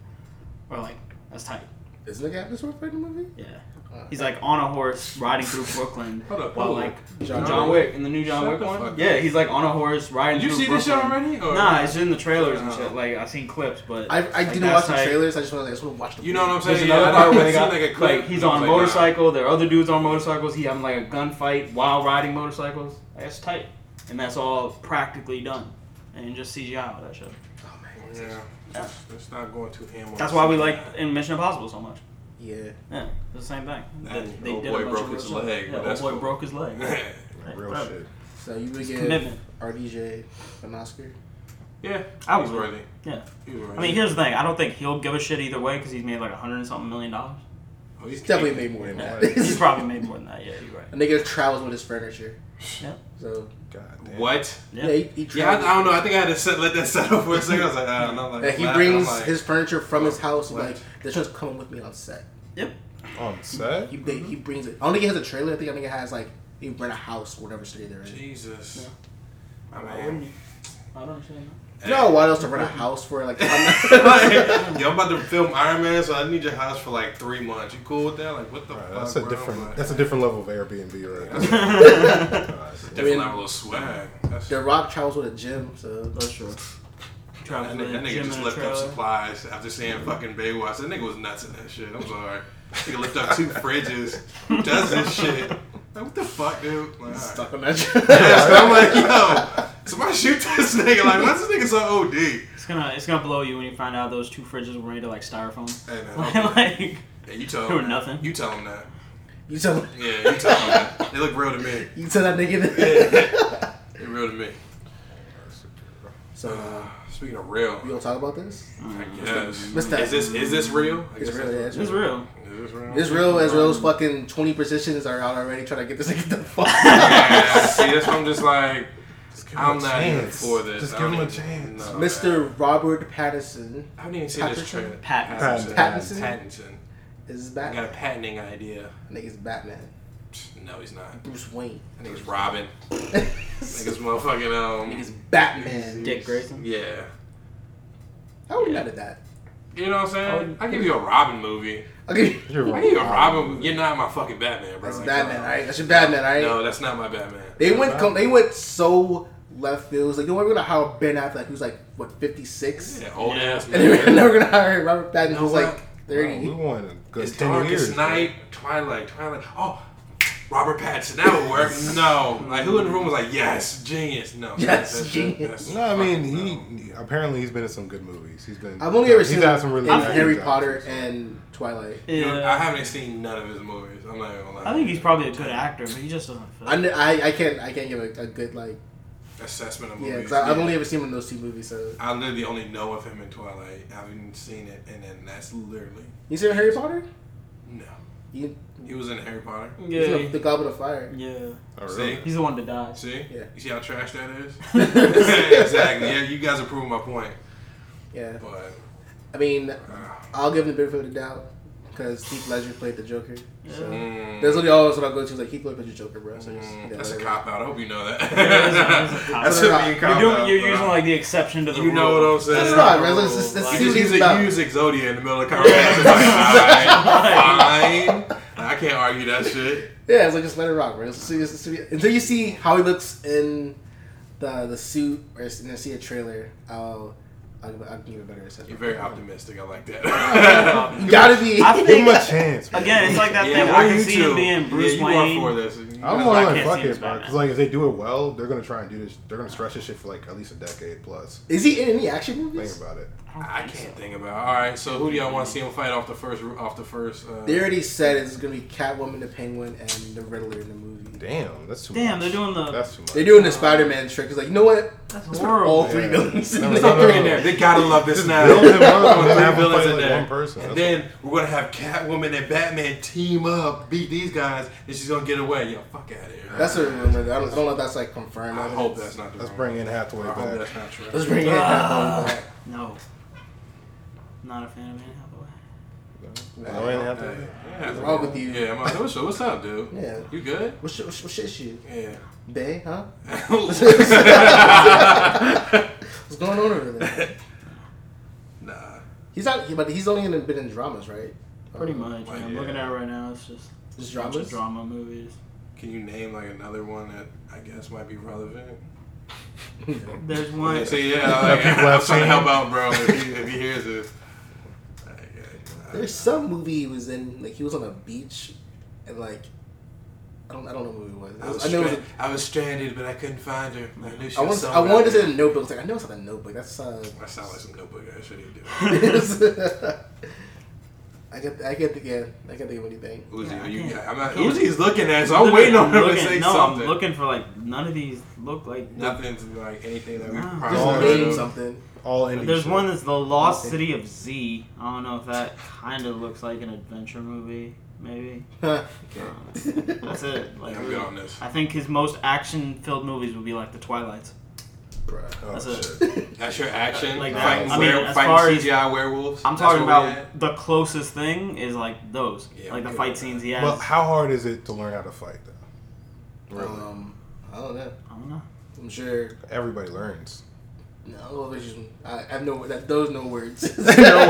or like that's tight. Isn't the guy this one fighting movie? Yeah. Uh, He's like on a horse riding through Brooklyn Hold up, while hold like up. John, John Wick in the new Shut John Wick the fuck up. one. Yeah, he's like on a horse riding. Did you through see this shit Brooklyn. already? Oh, Or- Nah, it's in the trailers and shit. Oh. Like I've seen clips, but I, I like, didn't that's watch the like- trailers. I just want to, I just want to watch the You know what I'm There's saying? another Yeah, part where they it got seemed like a clip. like he's I was on a like, motorcycle. There are other dudes on motorcycles. He having like a gunfight while riding motorcycles. Like, That's tight, and that's all practically done, and just CGI all that shit. Oh man. nah. Yeah, let's- let's not going too ham. on That's why we this. like in Mission Impossible so much. Yeah. Yeah, it's the same thing. Nah, They- they old did a boy bunch of broke real his shit. leg, Yeah, but old that's boy cool. broke his leg. <laughs> Like, real Right. shit. So you would It's give commitment. RDJ an Oscar? yeah, I I was was ready. Yeah. He was ready. I mean, here's the thing. I don't think he'll give a shit either way because he's made like a hundred and something million dollars. Oh, He's definitely made more than Yeah. <laughs> that. <laughs> he's probably made more than that. Yeah, you're right. A nigga travels with his furniture. Yeah. So God damn. What? yeah, Yeah. he, he Yeah, I, travels. I don't know. I think I had to set, let that <laughs> settle for a second. I was like, I don't know. Like, Yeah, he laughing, brings I'm like, his furniture from his house. What? Like this one's coming with me on set. On set? He Mm-hmm. they, he brings it. I don't think he has a trailer. I think I think it has like he rent a house, whatever city they're in. Jesus. I I don't mean, understand. You know how wild it is to rent a house for like. I'm not- <laughs> <laughs> like, yo, I'm about to film Iron Man, so I need your house for like three months. You cool with that? Like, what the All right, fuck? that's a bro? different. Like, That's a different level of Airbnb, <laughs> right? Now. That. God, different I mean, level of swag. That's, the that Rock travels with a gym, so <laughs> That's true. Travis nigga, that Williams, nigga Jim just in a left up trailer. supplies after seeing fucking Baywatch. That nigga was nuts in that shit. I'm sorry. Nigga lift up two fridges. Who does this shit? Like, what the fuck, dude? Like, all right. stuck on that. <laughs> Yeah, Gym. so I'm like, <laughs> yo, somebody shoot this nigga. Like, why's this nigga so OD? Hey, It's gonna it's gonna blow you when you find out those two fridges were made of like styrofoam. <laughs> man. okay. like Yeah, you tell They were him. nothing. You tell him that. <laughs> you tell Yeah, you tell him <laughs> that. They look real to me. you tell that nigga that. <laughs> Yeah. They real to me. So uh, Speaking of real, you gonna talk about this? I guess. What's that? Is this is this real? I It's guess real. Yeah, that's- it's it's real. real. Is this real? Israel, Israel's fucking twenty positions are out already trying to get this <laughs> nigga the fuck. <laughs> <laughs> Yeah, see, that's why I'm just like, Just give him I'm a not even chance. for this. Just I give him don't a even- chance. no, man. Mr. Robert Pattinson I haven't even seen this Patterson? trailer. Patterson. Patterson? Pattinson. is I got a Batman. patenting idea. Nigga's Batman. Psh, No, he's not. Bruce Wayne. <laughs> I think it's Robin. Nigga's Niggas motherfucking um. Batman. Dick Grayson. Yeah. How are we mad at that? You know what I'm saying? Oh, I give you a Robin movie. <laughs> Okay. You're I right. give you a Robin. movie. You're not my fucking Batman, bro. That's Like, Batman, no. alright? That's your Batman, alright? No, that's not my Batman. They went Batman. com- they went so left field. It was like, you know, we're gonna hire Ben Affleck, who's like, what, 56? Yeah, old ass <laughs> And they were man. never gonna hire Robert Pattinson, You know who's like what? 30. We won a good It's ten Darkest years. Night, Twilight, Twilight. Oh, Robert Pattinson. That <laughs> would work. No, like who in the room was like, yes, genius. No, Yes, that's- genius. that's- No, I mean fuck no. he apparently he's been in some good movies. He's been. I've only ever he's seen had some really in good Harry jobs. Potter and Twilight. You know, I Yeah. haven't seen none of his movies. I'm not even gonna lie. I think he's probably a good actor, but he just doesn't fit. I, kn- I, I can't I can't give a, a good like assessment of yeah movies. because I've only ever seen him in those two movies so I literally only know of him in Twilight. I haven't seen it, and then that's literally you seen Harry Potter no. you, He was in Harry Potter. he's in yeah. the Goblet of <laughs> Fire Yeah. Oh, really? He's the one that <laughs> dies. See, Yeah. you see how trash that is. <laughs> exactly. Yeah, you guys are proving my point. yeah But I mean uh, I'll give him the benefit of the doubt because Heath Ledger played the Joker. So mm, that's literally always what I go to. is Like Heath Ledger played the Joker, bro. So just, Mm, yeah, that's a whatever. cop out. I hope you know that. that's a- that's a <laughs> cop That's out. a mean You're cop doing. out, You're bro. using like the exception to the You rule. know what I'm saying. That's not- the that's- rule. that's- that's Like, You Dude, just he's use about- a use Exodia in the middle of the conversation. <laughs> Fine, fine. I can't argue that shit. Yeah, it's like just let it rock, bro. It's- it's- it's- until you see how he looks in the the suit or s- and I see a trailer, I'll I'll, I'll give you a better assessment. You're very optimistic. I <laughs> like that. <laughs> You gotta be. I think- Give him a <laughs> chance. man. Again, it's like that yeah, thing. I are can you see too? him being Bruce yeah, you Wayne. Are for this. You I'm guys more I like can't fuck see him it, as bro. Batman. Because like if they do it well, they're gonna try and do this. They're gonna stretch this shit for like at least a decade plus. Is he in any action movies? Think about it. I I can't think about. All right, so who do y'all want to see him fight off the first? Off the first? Uh, They already said it's gonna be Catwoman, the Penguin, and the Riddler in the movie. Damn, that's too Damn, much. they're doing the- That's too much. They're doing the Spider-Man trick. It's like you know what? That's Let's put all horrible. three Yeah. villains. No, in no, there. no, no. Three in there. They gotta love this Just now. build him up and Three have him villains fight in like there. one person. And That's then we're gonna have Catwoman and Batman team up, beat these guys, and she's gonna get away. Yo, fuck out of here. That's a rumor. I don't, I don't know if that's like confirmed. I hope that's not. The Let's rumor. bring in Hathaway I hope back. that's not true. Let's bring it in. Ah. Catwoman. No. Not a fan of Anne Hathaway. Throw in Hathaway. Hey, What's wrong with you? Yeah, I'm like, what's up, what's up, dude? Yeah. You good? What's your, what's your- what's your issue? Yeah. Bay, huh? What's going on over <laughs> <laughs> there? nah. He's not, he- but he's only in, been in dramas, right? Pretty Um, much. like, I'm looking yeah. at it right now. It's just Just a bunch dramas. of drama movies. Can you name like another one that I guess might be relevant? There's one. So yeah, like, People I'm have trying to seen. help out, bro. If he, if he hears this, Like, <laughs> uh, There's some movie he was in, like he was on a beach, and like I don't, I don't know what movie it I was. was, I, know it was. stra- I was stranded, but I couldn't find her. I knew she A, I, was want, I somewhere. wanted to say the Notebook. I was like, I know it's not a Notebook. That's uh. I sound like some notebook. I shouldn't do. <laughs> I get, I get yeah, I get think of anything. <laughs> Uzi, Yeah, I are you? can't- I'm not, I can't. Uzi's looking at, it, so I'm I'm waiting on him looking, to say no, something. I'm looking for like none of these look like. Nothing's like anything that we Nah. probably Just Oh, heard name of. something. <laughs> All indie. There's shit. one that's the Lost Okay. City of Z. I don't know if that kind of looks like an adventure movie, maybe. Huh. That's it. Like, Yeah, I'm good on this. I think his most action-filled movies would be like The Twilights. Bruh. Oh, That's it. shit. That's your action. Like, fighting, I mean, were- as fighting far as- CGI werewolves. I'm That's talking where we at. about the closest thing is like those, Yeah, like the good. fight scenes he has. Well, how hard is it to learn how to fight though? Really? Um, I don't know. I don't know. I'm sure. Everybody learns. No, there's just, I, I have no that those no <laughs> words. No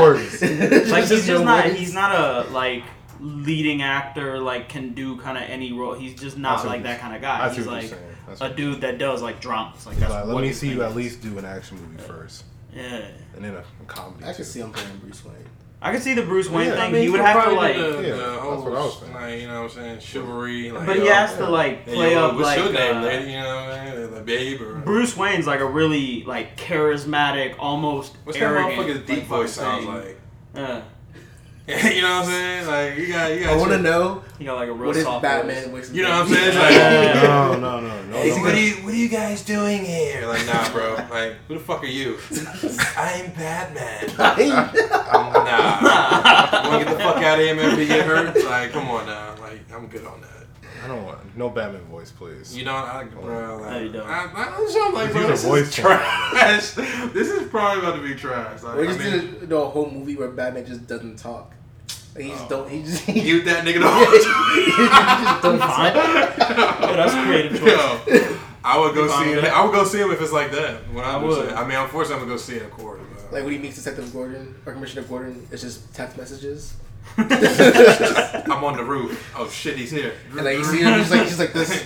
<laughs> words. Like There's he's just no not. words. He's not a like leading actor. Like can do kind of any role. He's just I not see what like you're- that kind of I guy. see Ah, He's what you're like saying. That's a what- dude that does like dramas. Like Like, that's let what me his see thing you at is. least do an action movie first, Yeah. and then a comedy. I can too. see him playing Bruce Wayne. I could see the Bruce Wayne Yeah, I thing. mean, he would could have to probably like, do the, Yeah, the that's whole, what I was thinking. Like, you know what I'm saying? Chivalry. Like, but he yo, has to like hey, play yo, up what's like. your name, uh, lady? You know what I'm saying? Like, babe or. Bruce Wayne's like a really like charismatic, almost What's that arrogant. motherfucker's like, deep voice sounds fucking thing. like? Yeah. <laughs> you know what I'm saying? Like, you got, you got. I want to your- <laughs> know He got like a real what is soft Batman voice. voice. You know what <laughs> I'm saying? It's like, Yeah. <laughs> No, no, no, no. Is Yo, he no. what, gonna- are you, what are you guys doing here? Like, nah, bro. Like, who the fuck <laughs> are you? I'm Batman. <laughs> <laughs> I'm, nah. Want to get the fuck out of here, man? If you get hurt, like, come on now. Like, I'm good on that. I don't want no Batman voice, please. You know, I like, bro. Like, No, you don't. I, I, I'm just like, He's bro, a this voice is trash. <laughs> this is probably about to be trash. Like, We I just mean, did a, do a whole movie where Batman just doesn't talk. Like, he just Oh. don't. He <laughs> just. He, mute <laughs> that nigga the whole time. just don't Fine. talk. <laughs> <laughs> Yo, that's creative choice. Yo, I would go You fine see with him. that? I would go see him if it's like that. When I, I would. would. I mean, unfortunately, I'm gonna go see him in court. but- Like when he meets Detective Gordon or Commissioner Gordon, it's just text messages. <laughs> <laughs> I'm on the roof. Oh shit, he's here. And like you see him, he's like he's like this. And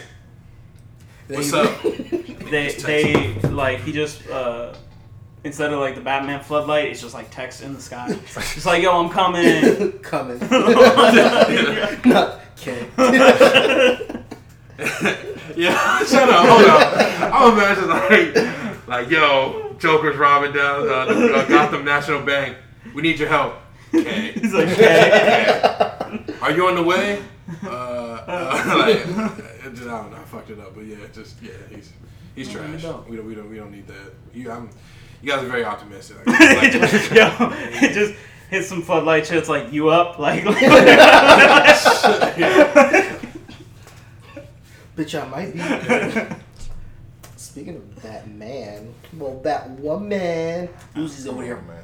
then What's he- up? they they like he just uh instead of like the Batman floodlight, it's just like text in the sky. It's like yo, I'm <laughs> coming. <laughs> <laughs> Coming. <laughs> Yeah. Not kidding. <laughs> yeah, <laughs> shut up. Hold up. I'm imagining like, like yo, Joker's robbing down uh, the uh, Gotham National Bank. We need your help. Okay. <laughs> He's like, okay. Are you on the way? Uh, uh, <laughs> like, I don't know. I fucked it up, but yeah, just yeah, he's he's No, you trash. don't. We don't we don't we don't need that. You I'm you guys are very optimistic. <laughs> It just, yo, it just hit some floodlight shit. It's like you up, like. <laughs> Bitch, I might be. Speaking of that man, well, that woman, Uzi's over here man.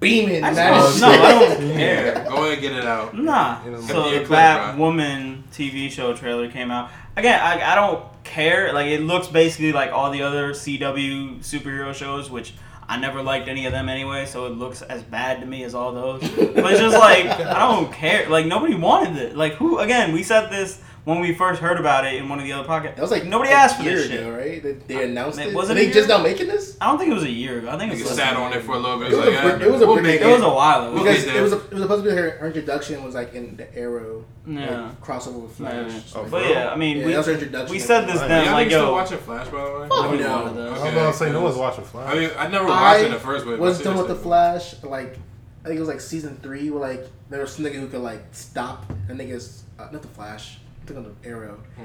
beaming. I mad as Oh, just, no, I shit. don't care. Go ahead and get it out. Nah. It'll So be a the clip, Batwoman TV show trailer came out. Again, I, I don't care. Like it looks basically like all the other CW superhero shows, which I never liked any of them anyway. So it looks as bad to me as <laughs> all those. But it's just like I don't care. Like nobody wanted it. Like who? Again, we said this when we first heard about it in one of the other podcasts. That was like nobody a asked for year this ago, shit. right? They, they announced it it. wasn't Are a they just year? now making this? I don't think it was a year ago. I think it Niggas was. sat on it for a little bit. It was like, a ah, br- it was a we'll big make It game. was a while ago. Okay, Because then. it was, it was supposed to be her her introduction was like in the Arrow like, Yeah. crossover with Yeah, Flash. yeah. Oh, Like, for But yeah, I mean, Yeah, we, that was her introduction. we said this Like, then, Y'all like, niggas still yo, watching Flash, by the way? I no. wanted those. I was Okay, about to say no because- one's I watching Flash. mean, I never watched I it in the first place. was done with the Flash. Like I think it was like season three, where like there was some nigga who could like stop a nigga's uh, not the Flash, I think on the Arrow. Hmm.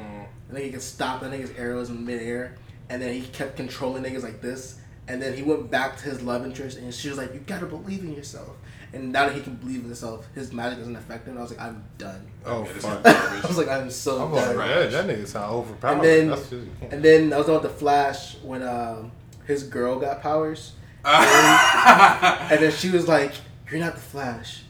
And then he could stop the nigga's arrows in midair, and then he kept controlling niggas like this. And then he went back to his love interest, and she was like, "You gotta believe in yourself." And now that he can believe in himself, his magic doesn't affect him. I was like, "I'm done." <laughs> Oh Yeah, this fuck! is- I was like, "I'm so I'm done." like, man, that nigga sound overpowered. And then- That's just, you can't. And then I was on with the Flash when um, his girl got <laughs> powers, and then she was like, "You're not the Flash,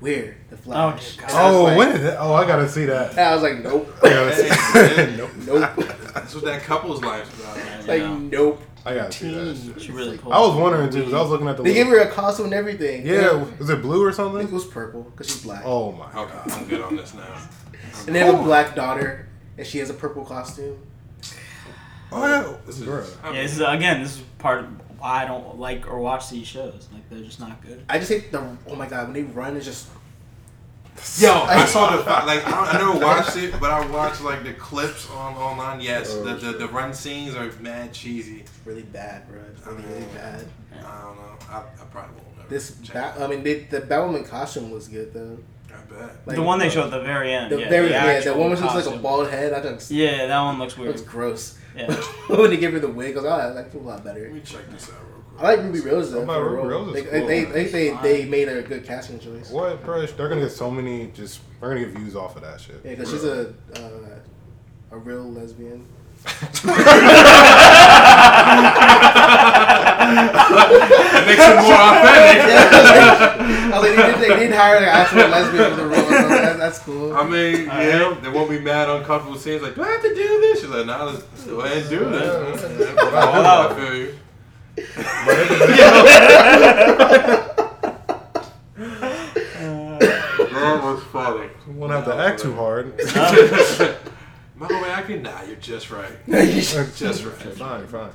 we're the Flash." dear And I was oh, like- when is that? Oh, I gotta see that. And I was like, <laughs> "Nope, <laughs> I gotta see. Hey, <laughs> nope. nope, That's what that couple's life's about. like you know, nope." I gotta see that. Teen. Shit. she really pulled I was wondering too because I was looking at the. They gave little- her a costume and everything. yeah, was it blue or I think it something? was purple because she's black. Oh my god! Okay, I'm good on this now. And they have a black daughter, and she has a purple costume. Oh yeah, This is, Bruh. I Yeah, this is again. This is part of why I don't like or watch these shows. Like they're just not good. I just hate the. Oh my god, when they run, it's just. <laughs> Yo, I saw the like I, I never watched it, but I watched like the clips on online. Yes, Oh, the, the the run scenes are mad cheesy. It's really bad, bro. It's really, Uh, really bad. I don't know. I, I probably won't. Ever This. check Bat, it I mean, they, the Batwoman costume was good, though. out. I bet. Like, the one uh, they showed at the very end. The, yeah, there, the yeah, the actual woman looks like a costume. bald head. I just. Yeah, that one looks It looks weird. gross. <laughs> Yeah. <laughs> when they give her the wig, I was like, oh, that's a lot Let better. me check this out real quick. I like Ruby Rose, Oh, though. my for a Ruby role. Rose They, is they, cool. they, they, they, Fine. they made her a good casting choice. Yeah, What, bro? They're gonna get so many. Just they're gonna get views off of that shit. <laughs> because she's a. Uh, a real <laughs> lesbian. That makes it more authentic. I was like, Oh, they did, they did hire an actual lesbian for the role. So that, that's cool. I mean, All yeah, right. there won't be mad, uncomfortable scenes. Like, do I have to do this? She's like, nah, let's let's go ahead and do this. man." Wow. I feel you. <laughs> Uh, That was funny. Won't have to act too hard. <laughs> By the way, I can. Nah, you're just right. <laughs> Just right. Fine, fine.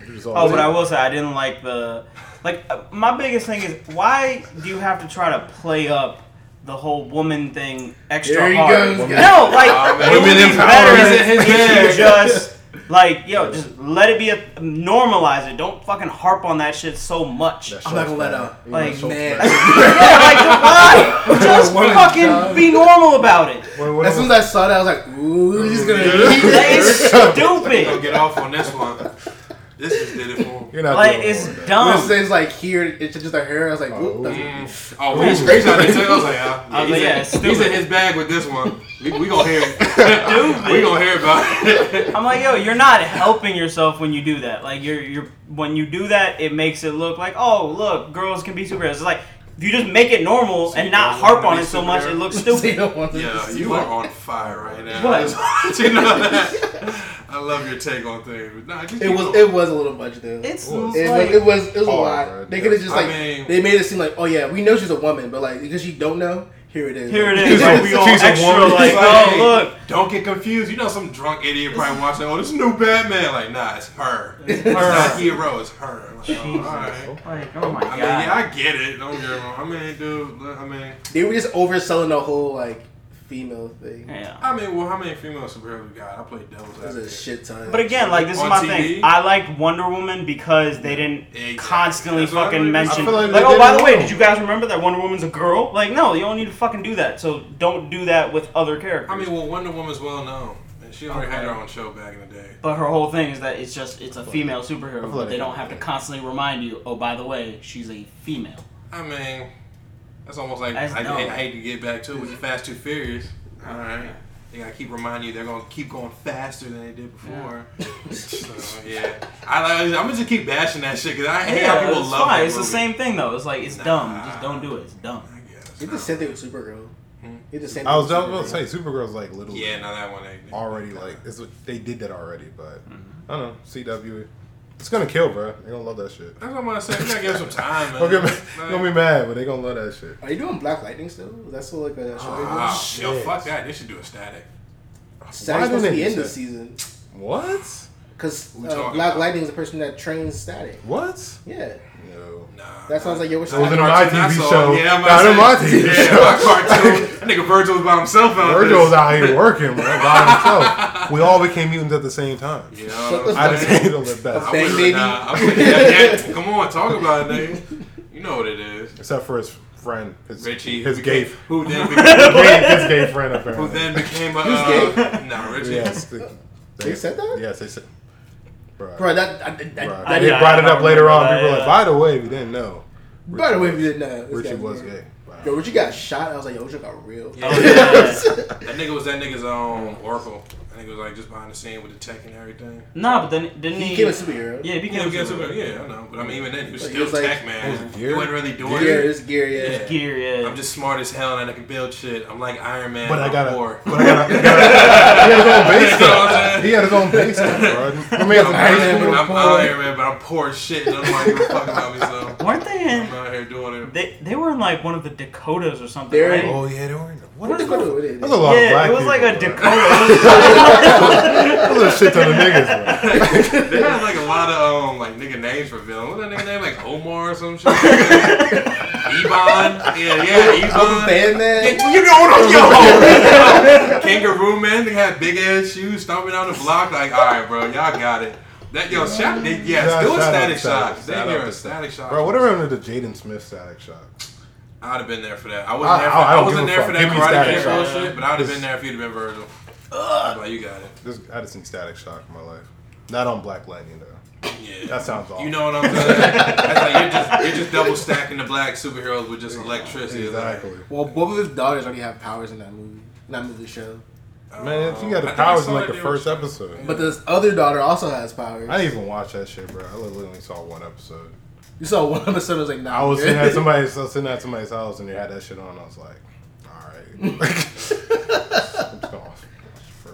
I do this all Oh, day. but I will say I didn't like the like uh, my biggest thing is why do you have to try to play up the whole woman thing extra There he hard? goes, Oh, no, guys. like Aw, man. it would Women be better empowerment. if He's in his you bag. <laughs> just like yo, just let it be a normalize it. Don't fucking harp on that shit so much. That I'm not gonna let shit's up. fine. Like, That shit's man. fine. yeah, <laughs> like why? Just Women's fucking power. be normal about it. What- what As soon as else? I saw that, I was like, ooh, he's gonna eat That that. <laughs> is I'll stupid. get off on this one. This is did it for me. You're not Like doing it's all that. When it <laughs> dumb. says like here, it's just a hair. I was like, ooh, <laughs> that's Mm. Oh, we screenshot it too. I was like, yeah. I was he's, like, yeah, in- it's he's in stupid. his bag with this one. We, we gonna hear <laughs> it. we gonna hear about it. I'm like, yo, you're not helping yourself when you do that. Like, you're you're when you do that, it makes it look like, oh, look, girls can be superheroes. It's like if you just make it normal So you and not don't harp on wanna it be so much, superhero? it looks so you stupid. <laughs> don't want to <laughs> Yeah, see you what- are on fire right now. What? I just want <laughs> you to know that. I love your take on things. But nah, just It keep was going. it was a little much though. It's Well, it, like, was, it was it was a hard, lot. right? They could have just I like mean- they made it seem like oh yeah we know she's a woman but like because you don't know here it is here <laughs> it Like, is. She's Like, a- we all she's a extra woman. like, It's oh, hey, look. Don't get confused. You know, some drunk idiot probably watching. Oh, this is new Batman. Like, nah, it's her. It's her. not hero. It's her. Like, oh, all Jesus. right. Like, oh my I god. mean, yeah, I get it. Don't get me wrong. I mean, dude. look, I mean, They were just overselling the whole like female thing. yeah. I mean, well, how many female superheroes we got? I played Devil's There's a Advocate. shit ton. <laughs> But again, like this is On my TV? thing. I like Wonder Woman because they didn't Exactly. constantly That's what I fucking believe. I mention. feel Like, like they oh, did by it the way, wrong. did you guys remember that Wonder Woman's a girl? Like, no, you don't need to fucking do that. So don't do that with other characters. I mean, well, Wonder Woman's well known, and she already had her own show back in the day. But her whole thing is that it's just it's a female superhero. feel like- they don't have to constantly remind you. Oh, by the way, she's a female. I mean, that's almost like That's Oh, I, I, dumb. hate, I hate to get back to it with the Fast Too Furious. All right, they gotta keep reminding you they're gonna keep going faster than they did before. so yeah, I, am gonna just keep bashing that shit because I hate how people it's love fine. that It's the movie. same thing though. It's like it's Nah. dumb. Just don't do it. It's dumb. I guess. it's the same thing with Supergirl. Hmm. It's the same. I was thing just with about to Supergirl. say Supergirl's like little Yeah, no, that one ain't already like it's, they did that already, but Mm-hmm. I don't know CW. It's gonna kill, bro. They gonna love that shit. That's what I'm gonna say. We gotta give it some time, man. Don't get Like, ma- don't be mad, but they gonna love that shit. Are you doing Black Lightning still? Is that still like a show? they do? ah, yo, Shit. fuck that. They should do a static. Why Saturn's supposed to didn't be they in do this that? season What? because We uh, talking Black about- Lightning is the person that trains Static. What? Yeah, No. Nah. that sounds like yo. What's It wasn't that? on my cartoon I TV saw. show. Yeah, I'm Not on my about to say- TV yeah, show. my <laughs> cartoon. That nigga Virgil was by himself out Virgil was there. out here working, bro, by himself. We all became mutants at the same time. You know Shut what the I'm I just saying? handled it best. I Bang would've- Baby. Nah, I would've- yeah, yeah. Come on, talk about it, nigga. You know what it is. Except for his friend, his, Richie, his who gay, became- who then became, gay, his gay friend <laughs> apparently. who then became a Who's uh, nah, Richie. Yes, they, They said that? Yes, they said. Bro, Bro, that I, I, bro. I- they yeah, brought I it up remember later on. that, People yeah. were like, by the way, if you didn't know, by the way, if you didn't know, uh, this Richie guy's was weird. gay. Wow. Yo, Richie got shot. I was like, yo, Richie got real. <laughs> Yeah. Oh, <laughs> yeah. That nigga was that nigga's um Oracle. That nigga was like just behind the scene with the tech and everything. Nah, but then didn't he he? became a superhero. yeah, he became Yeah, a we got to, superhero. yeah, I know. But I mean, even then, he was Like, still he was like- tech man. Was it He gear? wasn't really yeah, doing it. it's Gear. Yeah, Yeah. Gear, yeah. I'm just smart as hell and I can build shit. I'm like Iron Man. But I I'm gotta- poor. But I gotta- I gotta- he had his own base You know what I'm saying? stuff. He had his own base stuff, bro. I <laughs> mean, I'm, Man, Iron Man, but I'm, I'm I'm poor. Iron Man, but I'm poor as shit. And I'm like, give a fuck about me, so Weren't they I'm in? out here doing it. They they were in like one of the Dakotas or something. They're right? in- Oh yeah, they were. in there. What What is the fuck that? was it? That's a lot of yeah, black it was like a people, <laughs> bro. Dakota. That was a shit <laughs> ton of niggas. Bro. they had like a lot of um like nigga names for villains. What that nigga name like Omar <laughs> or some shit? Ebon, yeah, yeah, I'm a Ebon. fan man. Yeah, You know Oh. what I'm yo, Kangaroo man, they had big ass shoes stomping down the block. Like, all right, bro, y'all got it. That yo, shout, they, yeah, Shout- still shout out static to Static. shots. They Shout out here to a static shot. Bro, whatever happened to the Jaden Smith static shot? I'd have been there for that. I wasn't I- there for, I- I I don't wasn't give a there for fuck. that Give me karate static kid shot. bullshit, but I'd have This- been there if you'd have been Virgil. I'd be Like, you got it. This, I just seen static shock in my life. Not on Black Lightning though. Yeah. That sounds awful. You know what I'm saying? That's like you're just you're just double stacking the black superheroes with just electricity. exactly. Well, both of his daughters already have powers in that movie, in that movie show. Like, Man, um, she got I the think I powers saw in like that the they first were- episode. But this other daughter also has powers. I didn't even watch that shit, bro. I literally saw one episode. you saw one episode, I was like, nah. I was good. <laughs> sitting at somebody's, I was sitting at somebody's house and they had that shit on. I was like, all right. <laughs> I'm just gonna watch the first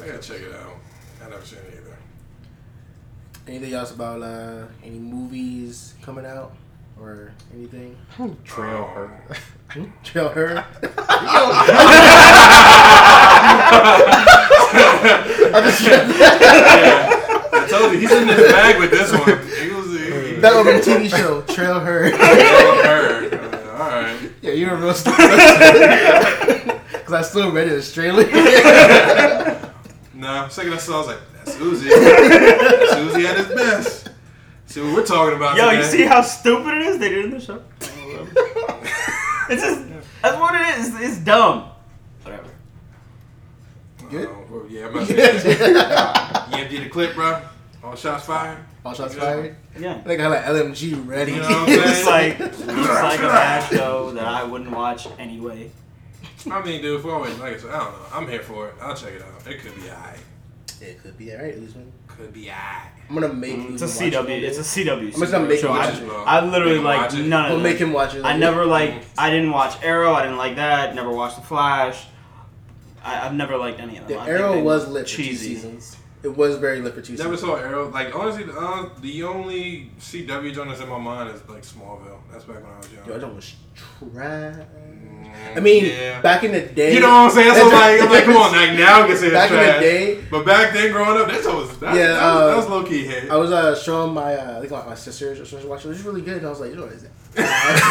I gotta episode. check it out. I never seen it either. <laughs> Anything else about uh, any movies coming out or anything? Trail Oh. her. Hmm? <laughs> Trail <laughs> her. <laughs> <laughs> I told you he's in this bag with this one. He was he, he, that would be a TV show. Trail <laughs> her. <laughs> her. Uh, all right. yeah, you're a real <laughs> stupid. Because I still read it as trailer. <laughs> No, second I saw, I was like, that's <laughs> Uzi. that's Uzi at his best. See what we're talking about. Yo, today. you see how stupid it is? They did it in the show. it's just that's what it is. It's dumb. Whatever. Good? Oh, well, yeah, I'm about to <laughs> You empty the clip, bro. All shots fired. All shots fired. Yeah. Like I had an LMG ready. You know what I'm saying? It's like it's like a bad show that I wouldn't watch anyway. I mean, dude, if we always like it, so I don't know. I'm here for it. I'll check it out. It could be alright. It could be alright, Luzman. Could be alright. I'm gonna make Mm, It's a Luzman watch CW. It's a CW. I'm just gonna make show. him I, watch it, bro. I literally Make him like watch it. none of We'll it. make him watch it. I never like. I didn't watch Arrow. I didn't like that. Never watched The Flash. I, I've never liked any of them. The I think Arrow they're was lit for two cheesy. seasons. It was very lit for two Never seasons. saw Arrow. Like honestly, the, uh, the only CW joint that's in my mind is like Smallville. That's back when I was young. Yo, that joint was trash. Mm, I mean, yeah. back in the day. you know what I'm saying? So <laughs> That's- like, I'm like, come on, like now I can say it's Back in the trash. day- but back then, growing up, that's always that, Yeah, that, was, that uh, was low key hit. I <laughs> was uh, showing my, uh, I think my, my sisters, or sisters watching. It was really good, and I was like, you know what is it?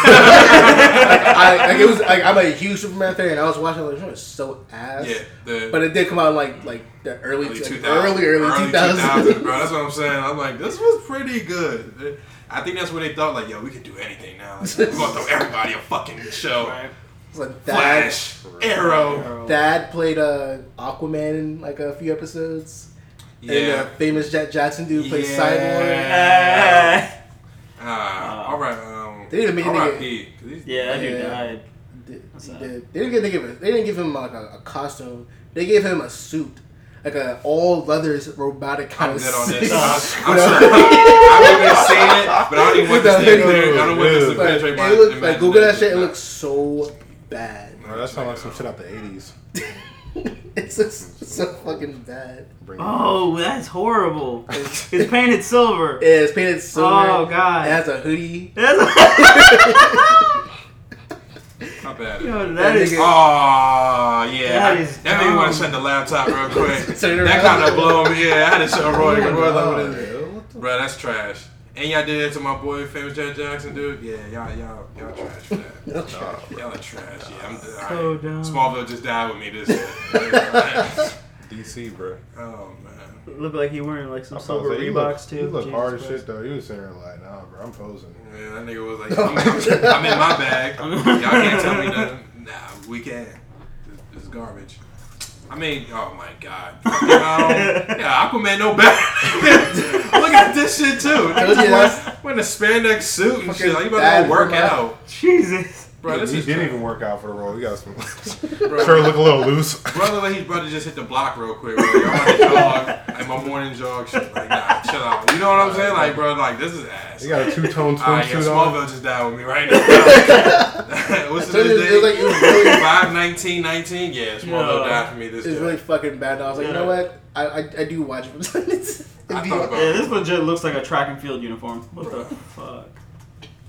<laughs> I, like, it was like I'm a huge Superman fan, and I was watching like, you know, it's so ass. yeah, the, But it did come out like like the early, early like, 2000s, early early, 2000s. <laughs> bro. That's what I'm saying. I'm like, this was pretty good. I think that's what they thought. Like, yo, we could do anything now. Like, we're gonna throw everybody a fucking show. Right. It's like that. Flash, Arrow. Dad played uh, Aquaman in like a few episodes. And uh, Yeah. famous Jack Jackson dude plays Cyborg. Yeah. <laughs> Eh. Ah, all right. Um, They didn't make a nigga- R.I.P., 'cause he's- yeah, that dude Yeah. died. They, That's they- sad. they didn't get they give him, they didn't give him like a, a costume. They gave him a suit, like a all leathers robotic kind I'm of good <laughs> on suit. this. I'm, I'm sorry. No. <laughs> I wouldn't have seen it, but I don't even want this to Without clear. I don't want this to any- Like, penetrate my it looked, like Google that shit. It imagination. looks so bad. <laughs> Bro, that sounds like some shit out the 80s. it's just so fucking bad. Bring it. Oh, that's horrible. It's painted silver. Yeah, <laughs> it's painted silver. Oh, God. <laughs> It has a hoodie. That's- Not bad. Yo, that is nigga- Ah, yeah, That I- is that made me want to dumb. shut the <laughs> laptop real quick. Turn it that around. kind of blow me. Yeah, I had to show Roy. Roy, like, what is it? What the- Bro, that's trash. And y'all did that to my boy, famous Jack Jackson, dude. Yeah, y'all, y'all, y'all trash for that. <laughs> Nah, bro. Y'all are trash. Yeah, I'm. So I- dumb. Smallville just died with me this. <laughs> year. DC, bro. oh man. Looked like he wearing like some I was about to silver say, you Reeboks look- too. You look Jesus hard as Christ. shit though. You was sitting there like, nah, bro, I'm posing. Yeah, that nigga was like, I'm, I'm in my bag. Y'all can't tell me nothing. Nah, we can. This, this is garbage. I mean, oh my god. Um, yeah, Aquaman no better. <laughs> Look at this shit too. Look at us. Wearing a spandex suit and shit. Like, you about to Bad go work for my- out. <laughs> Jesus. Bro, this he is didn't trash. even work out for the role. He got <laughs> some. <laughs> Bro. sure, look a little loose. Brother, like he's about to just hit the block real quick. Bro. Like, I'm about to jog, like my morning jog. Shit. Like, nah, chill out. You know what I'm saying? Like, bro, like this is ass. He got a two tone Ah, yeah, swimsuit on. Smallville just died with me <laughs> right now. <laughs> What's So it the was- it was like day? it was really, <laughs> Five nineteen nineteen. Yeah, Smallville Yeah. died for me this it was day. <laughs> really fucking bad. And I was like, you know what? I I, I do watch from <laughs> time to time. Do I thought you- about- Yeah, this legit looks like a track and field uniform. What the fuck?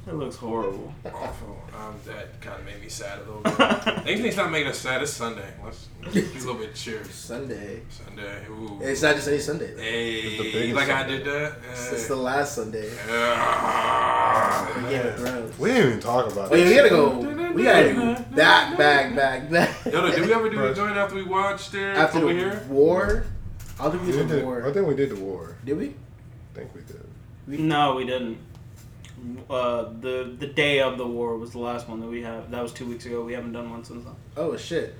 That looks <laughs> horrible. Awful. Um, that kind of made me sad a little <laughs> bit. Things needs not making us sad. It's Sunday. Let's, let's be a little bit cheers. <laughs> Sunday. Sunday. Ooh. It's not just any Sunday. though. hey, the biggest you like how I Sunday. did that? It's, it's Hey. the last Sunday. for Game of Thrones. We didn't even talk about Wait, it. Oh, we gotta go. We gotta do back, back, back, back. Yo, no, did we ever do Bro. the joint after we watched <laughs> it After over the here? war, I don't think We we did did- the I war. think we did the war. Did we? I think we did. No, we didn't. Uh, the the day of the war was the last one that we have. That was two weeks ago. We haven't done one since then. Oh shit.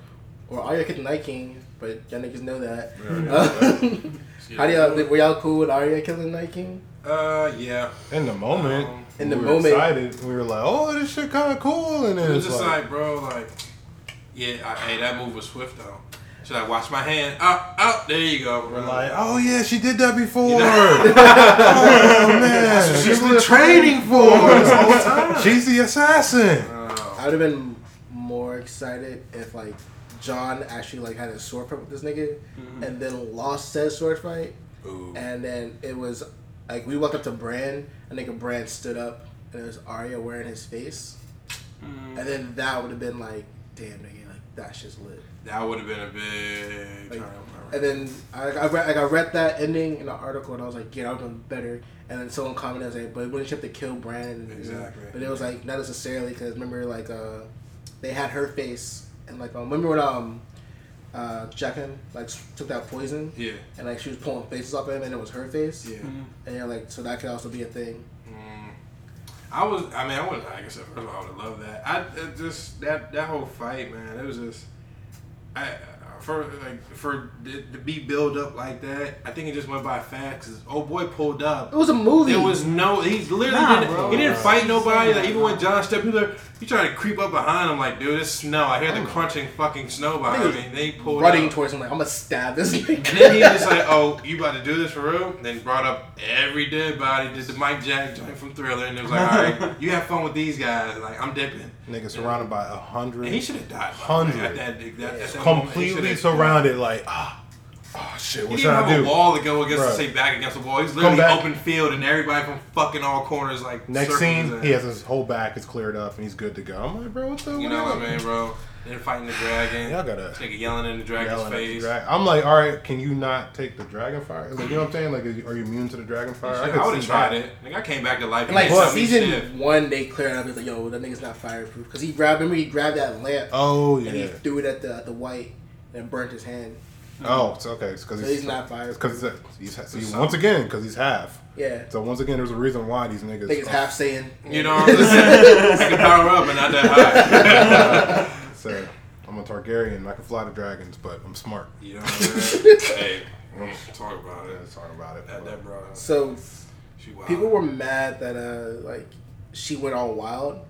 Or are you kid the Night King? But y'all niggas know that. <laughs> Uh, Yeah. <laughs> How do y'all? Were y'all cool with Arya killing Night King? Uh, yeah. In the moment, Um, in the we were moment. excited. We were like, "Oh, this shit kind of cool," and It then was it's just like, like, bro, like, yeah, I, hey, that move was swift though. Should I wash my hand? Up, up, there you go. we're like, "Oh yeah, she did that before." You know? <laughs> oh man, That's what Give she's her been the training fucking- for <laughs> this whole time. She's the assassin. Oh, I would have been more excited if like John actually like had a sword fight with this nigga, and then lost said sword fight, Mm-hmm. ooh. and then it was like we walked up to Bran, and nigga Bran stood up, and it was Arya wearing his face, Mm, Mm-hmm. and then that would have been like, damn nigga, like that shit's lit. that would have been a big Like, triumph. And then I, I read like I read that ending in an article, and I was like, yeah, I would have done better. And then someone commented like, but wouldn't you have to kill Bran? Exactly. But it was like not necessarily because remember like uh, they had her face and like um, remember when um. Uh, Jaqen like s- took that poison, Yeah, and like she was pulling faces off him, and it was her face. yeah. Mm-hmm. And you're like, so that could also be a thing. Mm. I was, I mean, I was, like I said, first of all, I would love that. I it just that that whole fight, man. It was just, I for like for it to be build up like that. I think it just went by fast. 'cause old boy pulled up. It was a movie. There was no. He literally Nah, didn't. bro. He didn't fight nobody. Like, even Nah. when John stepped, he, was like, he tried to creep up behind him. Like, dude, it's snow. I Oh. hear the crunching fucking snow I behind think me. he And they pulled running up. towards him like I'm gonna stab <laughs> this. and then he was like, "Oh, you about to do this for real?" And then brought up every dead body. Did the Mike Jack joint from Thriller, and it was like, "All <laughs> right, you have fun with these guys. Like, I'm dipping." Nigga surrounded by a And he hundred, should have died. by the way. Hundred. At that, at that, at that moment, he completely should've- surrounded. Like, ah, oh shit, He what should didn't I have a do? wall to go against to Bruh. say back against the wall. He's Come literally back. open field, and everybody from fucking all corners like. Next circling his scene, ass. he has his whole back is cleared up and he's good to go. I'm like, bro, what the? You know what I mean, bro? Then fighting the dragon. Y'all gotta This nigga yelling in the dragon's yelling at the face. dra- I'm like, all right, can you not take the dragon fire? Like, you know what I'm saying? Like, are you immune to the dragon fire? Shit, could I would have see tried that. it. Like I came back to life. And like You tell me season shit. one, they cleared up. It's like, yo, that nigga's not fireproof because he grabbed. Remember, he grabbed that lamp Oh and he yeah. threw it at the at the white and burnt his hand. Oh, it's okay. It's because So he's, he's not fired. Because he's, he's, see, once again because he's half. Yeah, So once again, there's a reason why these niggas. nigga's half saying. You know what I'm saying? I can power up and not that high. So I'm a Targaryen. and I can fly the dragons, but I'm smart. you know what I'm saying? Hey, mm, talk about it. Let's talk about it. That, that bro, <laughs> So she wild. people were mad that uh like she went all wild.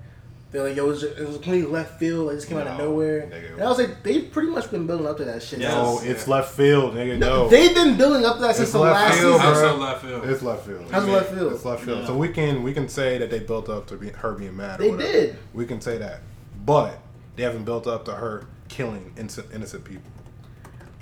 They're like, yo, it was, it was completely left field. Like, it just came out of No, nowhere. nigga. And I was like, they've pretty much been building up to that shit. Yeah. No, it's left field, nigga. No, No, they've been building up to that since the left last field, season. I'm bro. so left field. it's left field. How's Yeah. left field? It's left field. Yeah. So we can we can say that they built up to be, her being mad. Or They whatever. did. We can say that, but they haven't built up to her killing innocent, innocent people.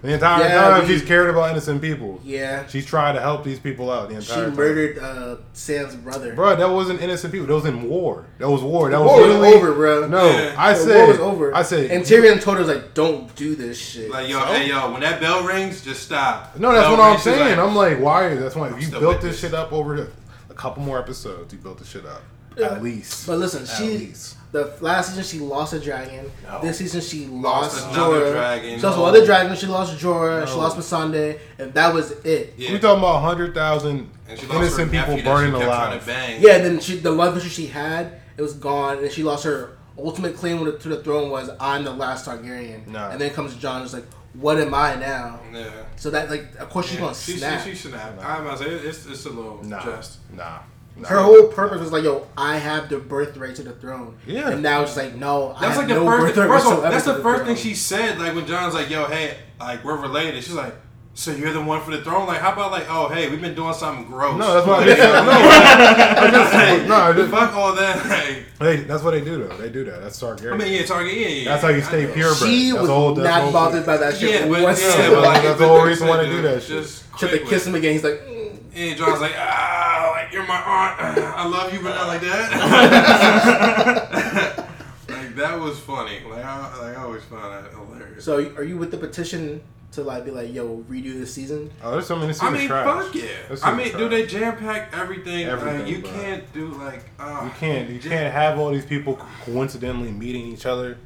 The entire Yeah, time we- she's cared about innocent people. Yeah. She's trying to help these people out the entire She time. murdered uh, Sam's brother. Bro, that wasn't innocent people. That was in war. That was war. That was War was literally- over, bro. No, Yeah. I The said war was over. I said and Tyrion told her like, "Don't do this shit." Like yo, hey yo, when that bell rings, just stop. No, that's Bell what I'm rings, Oh, she's saying. I'm like, why? That's why you still built with this this. shit up over a couple more episodes. You built this shit up Yeah. at least. But listen, At she least. the last season she lost a dragon. This season she lost, Lost another Jorah. dragon. She lost No. another dragon. She lost Jorah. She No. lost Missandei, and that was it. Yeah. yeah. we talking about hundred thousand And she lost her innocent nephew people that she burning kept trying to alive. bang. and then she, the love issue she had, it was gone, and she lost her ultimate claim to to the throne was I'm the last Targaryen. Nah. And then comes John, just like, what am I now? Yeah. So that like, of course she's Yeah, gonna she, snap. She, she snapped. I'm about to say it's, it's a little Nah, just. nah, nah. <laughs> her whole purpose was like, yo, I have the birthright to the throne. Yeah. And now it's like, no, I That's have like the no first. birthright First of all, whatsoever that's to the first throne. thing she said. Like when John's like, "Yo, hey, like we're related." She's like, "So you're the one for the throne?" Like, how about like, "Oh, hey, we've been doing something gross." No, that's what I Like, <laughs> just said. No, I just- Hey, no, I just- fuck all that. Like, Hey, that's what they do though. They do that. That's Targaryen. I mean, yeah, Target. Yeah, yeah. that's how you I stay know. pure. She that's was the whole, that's the not whole- bothered by that shit. Yeah, but, yeah, whatsoever. <laughs> but like, That's the but whole they reason said, why they do dude, that shit. Just She quit had to with kiss it. him again. He's like, mm. And John's like, ah, like you're my aunt. <laughs> I love you, but not like <laughs> that. <laughs> like that was funny. Like I, like I always found that hilarious. so are you with the petition to like be like, yo, redo this season? Oh, there's so many. I mean, trash. fuck yeah. This I is mean, trash. do they jam pack everything? Everything, like, you bro. can't do like. Uh, You can't. You just- can't have all these people coincidentally meeting each other.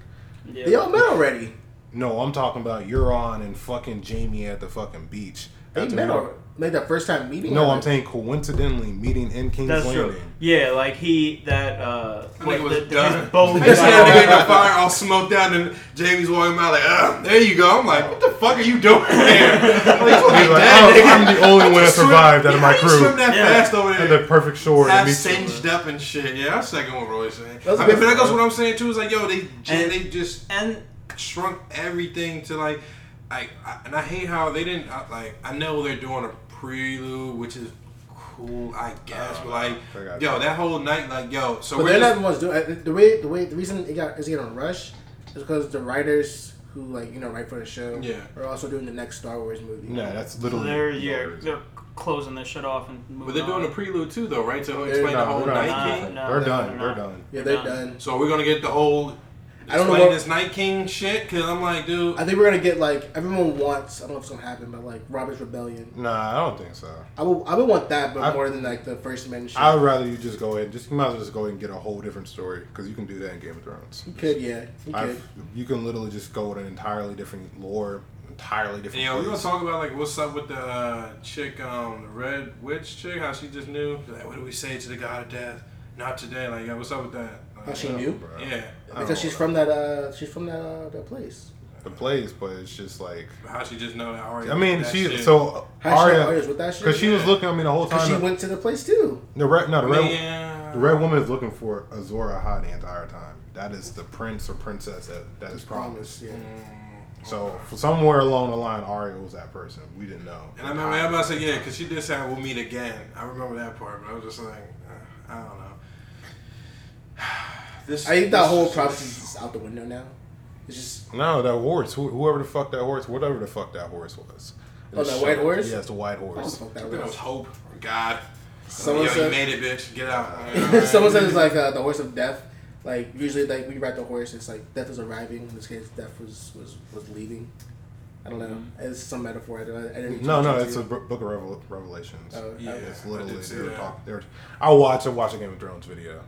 Yeah. They all met already. No, I'm talking about Euron and fucking Jamie at the fucking beach. They After met we- already. Like that first time meeting. No, her. I'm saying coincidentally meeting in King's That's Landing. true. Yeah, like he that uh I think it was the- the- done. his <laughs> boat They was said all- they got fire all smoked out, and Jamie's walking by like, "Ah, there you go." I'm like, "What the fuck are you <laughs> doing there?" I'm like, He's like, "Dad, oh, nigga, I'm the only one that swim- survived out of yeah, my how you Swim crew. that Yeah. fast over And there. the perfect shore. to half meet you. singed up and shit. Yeah, I second what Roy's saying. That's I mean, but good. that goes what I'm saying too. Is like, yo, they And- they just and shrunk everything to like, I, I and I hate how they didn't I, like. I know they're doing a prelude, which is cool, I guess. but like, Uh, I got yo, that whole night, like, yo, so But we're they're not just, the ones doing it. The way, the way, the reason it got is getting a rush is because the writers who like you know write for the show Yeah. are also doing the next Star Wars movie. No, that's so literally. they're yeah they're closing their shit off and moving but they're doing on. a prelude too, though, right? To explain No, the whole they're not. night Nah, king. nah. They're No, done. they're They're not. done. Yeah, they're Done. done. So we're gonna get the whole. I don't know explain what- this night king shit because I'm like, dude. I think we're gonna get like everyone wants. I don't know if it's gonna happen, but like Robert's Rebellion. Nah, I don't think so. I would, I would want that, but I- more than like the first men. shit. I would rather you just go ahead. Just you might as well just go ahead and get a whole different story because you can do that in Game of Thrones. You could, yeah, you i could. you can literally just go with an entirely different lore, entirely different. You know, we're gonna place. talk about like what's up with the uh, chick, um, the red witch chick, how she just knew. Like, what do we say to the god of death? Not today. Like, yo, what's up with that? Like, How she Yeah, knew? bro. Yeah, I don't Because she's know. from that, uh, she's from that, uh, that place. the place, but it's just like. how she just know that Arya. I mean, did that she shit. so How Arya, Arya Arya's with that shit. because she was looking at me the whole 'Cause time. she went to the place too. the red, no, the red, yeah. the red woman is looking for Azora High the entire time. That is the prince or princess that that is promised. Promise, yeah. So for somewhere along the line, Arya was that person. We didn't know. And I remember everybody said, yeah, because she did say we'll meet again. I remember that part, but I was just like, uh, I don't know. <sighs> This I think that this- whole prophecy is just out the window now. It's just No, that horse. Who, whoever the fuck that horse, whatever the fuck that horse was. Oh, that white horse? Oh, Yes, the white I don't horse. fuck that It was horse. hope or God. Someone yo, you said- made it, bitch. Get <laughs> out. Someone said it's like uh, the horse of death. Like usually, like when you ride the horse, it's like death is arriving. In this case, death was was, was leaving. I don't know. It's some metaphor. I, don't, I didn't. Mm-hmm. No, no, it's a b- book of Revel- Revelations. Oh, okay. Yeah. It's I literally did see they were that. talking. They were, I watched. I watched a Game of Thrones video.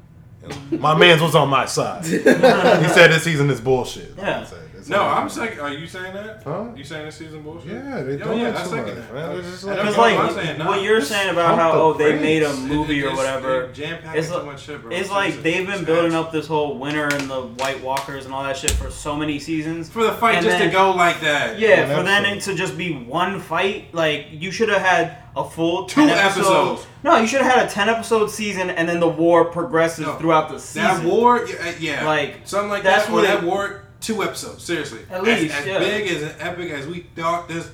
And my man's was on <laughs> my side. he said this season is bullshit. Yeah. He said, it's No, not- I'm saying. Are you saying that? Huh? You saying this season bullshit? Yeah, they Yeah, don't yeah, yeah, I too second much. that. Man, they're just And like, Because that's like what I'm saying, nah. what you're saying about Pump how the oh they brakes. made a It- movie it or just- whatever. it jam-packed It's too like, much shit, bro. it's It's like just- they've it's been building ass. up this whole winter and the White Walkers and all that shit for so many seasons. for the fight And just then- to go like that. Yeah, One for then it episode. to just be one fight, like you should have had a full Two 10 episode- episodes. No, you should have had a ten episode season, and then the war progresses No. throughout the that season. war. Yeah, yeah. Like, something like that's that. what Or that it- war two episodes. Seriously, At As- least, as, yeah. big as an epic as we thought this.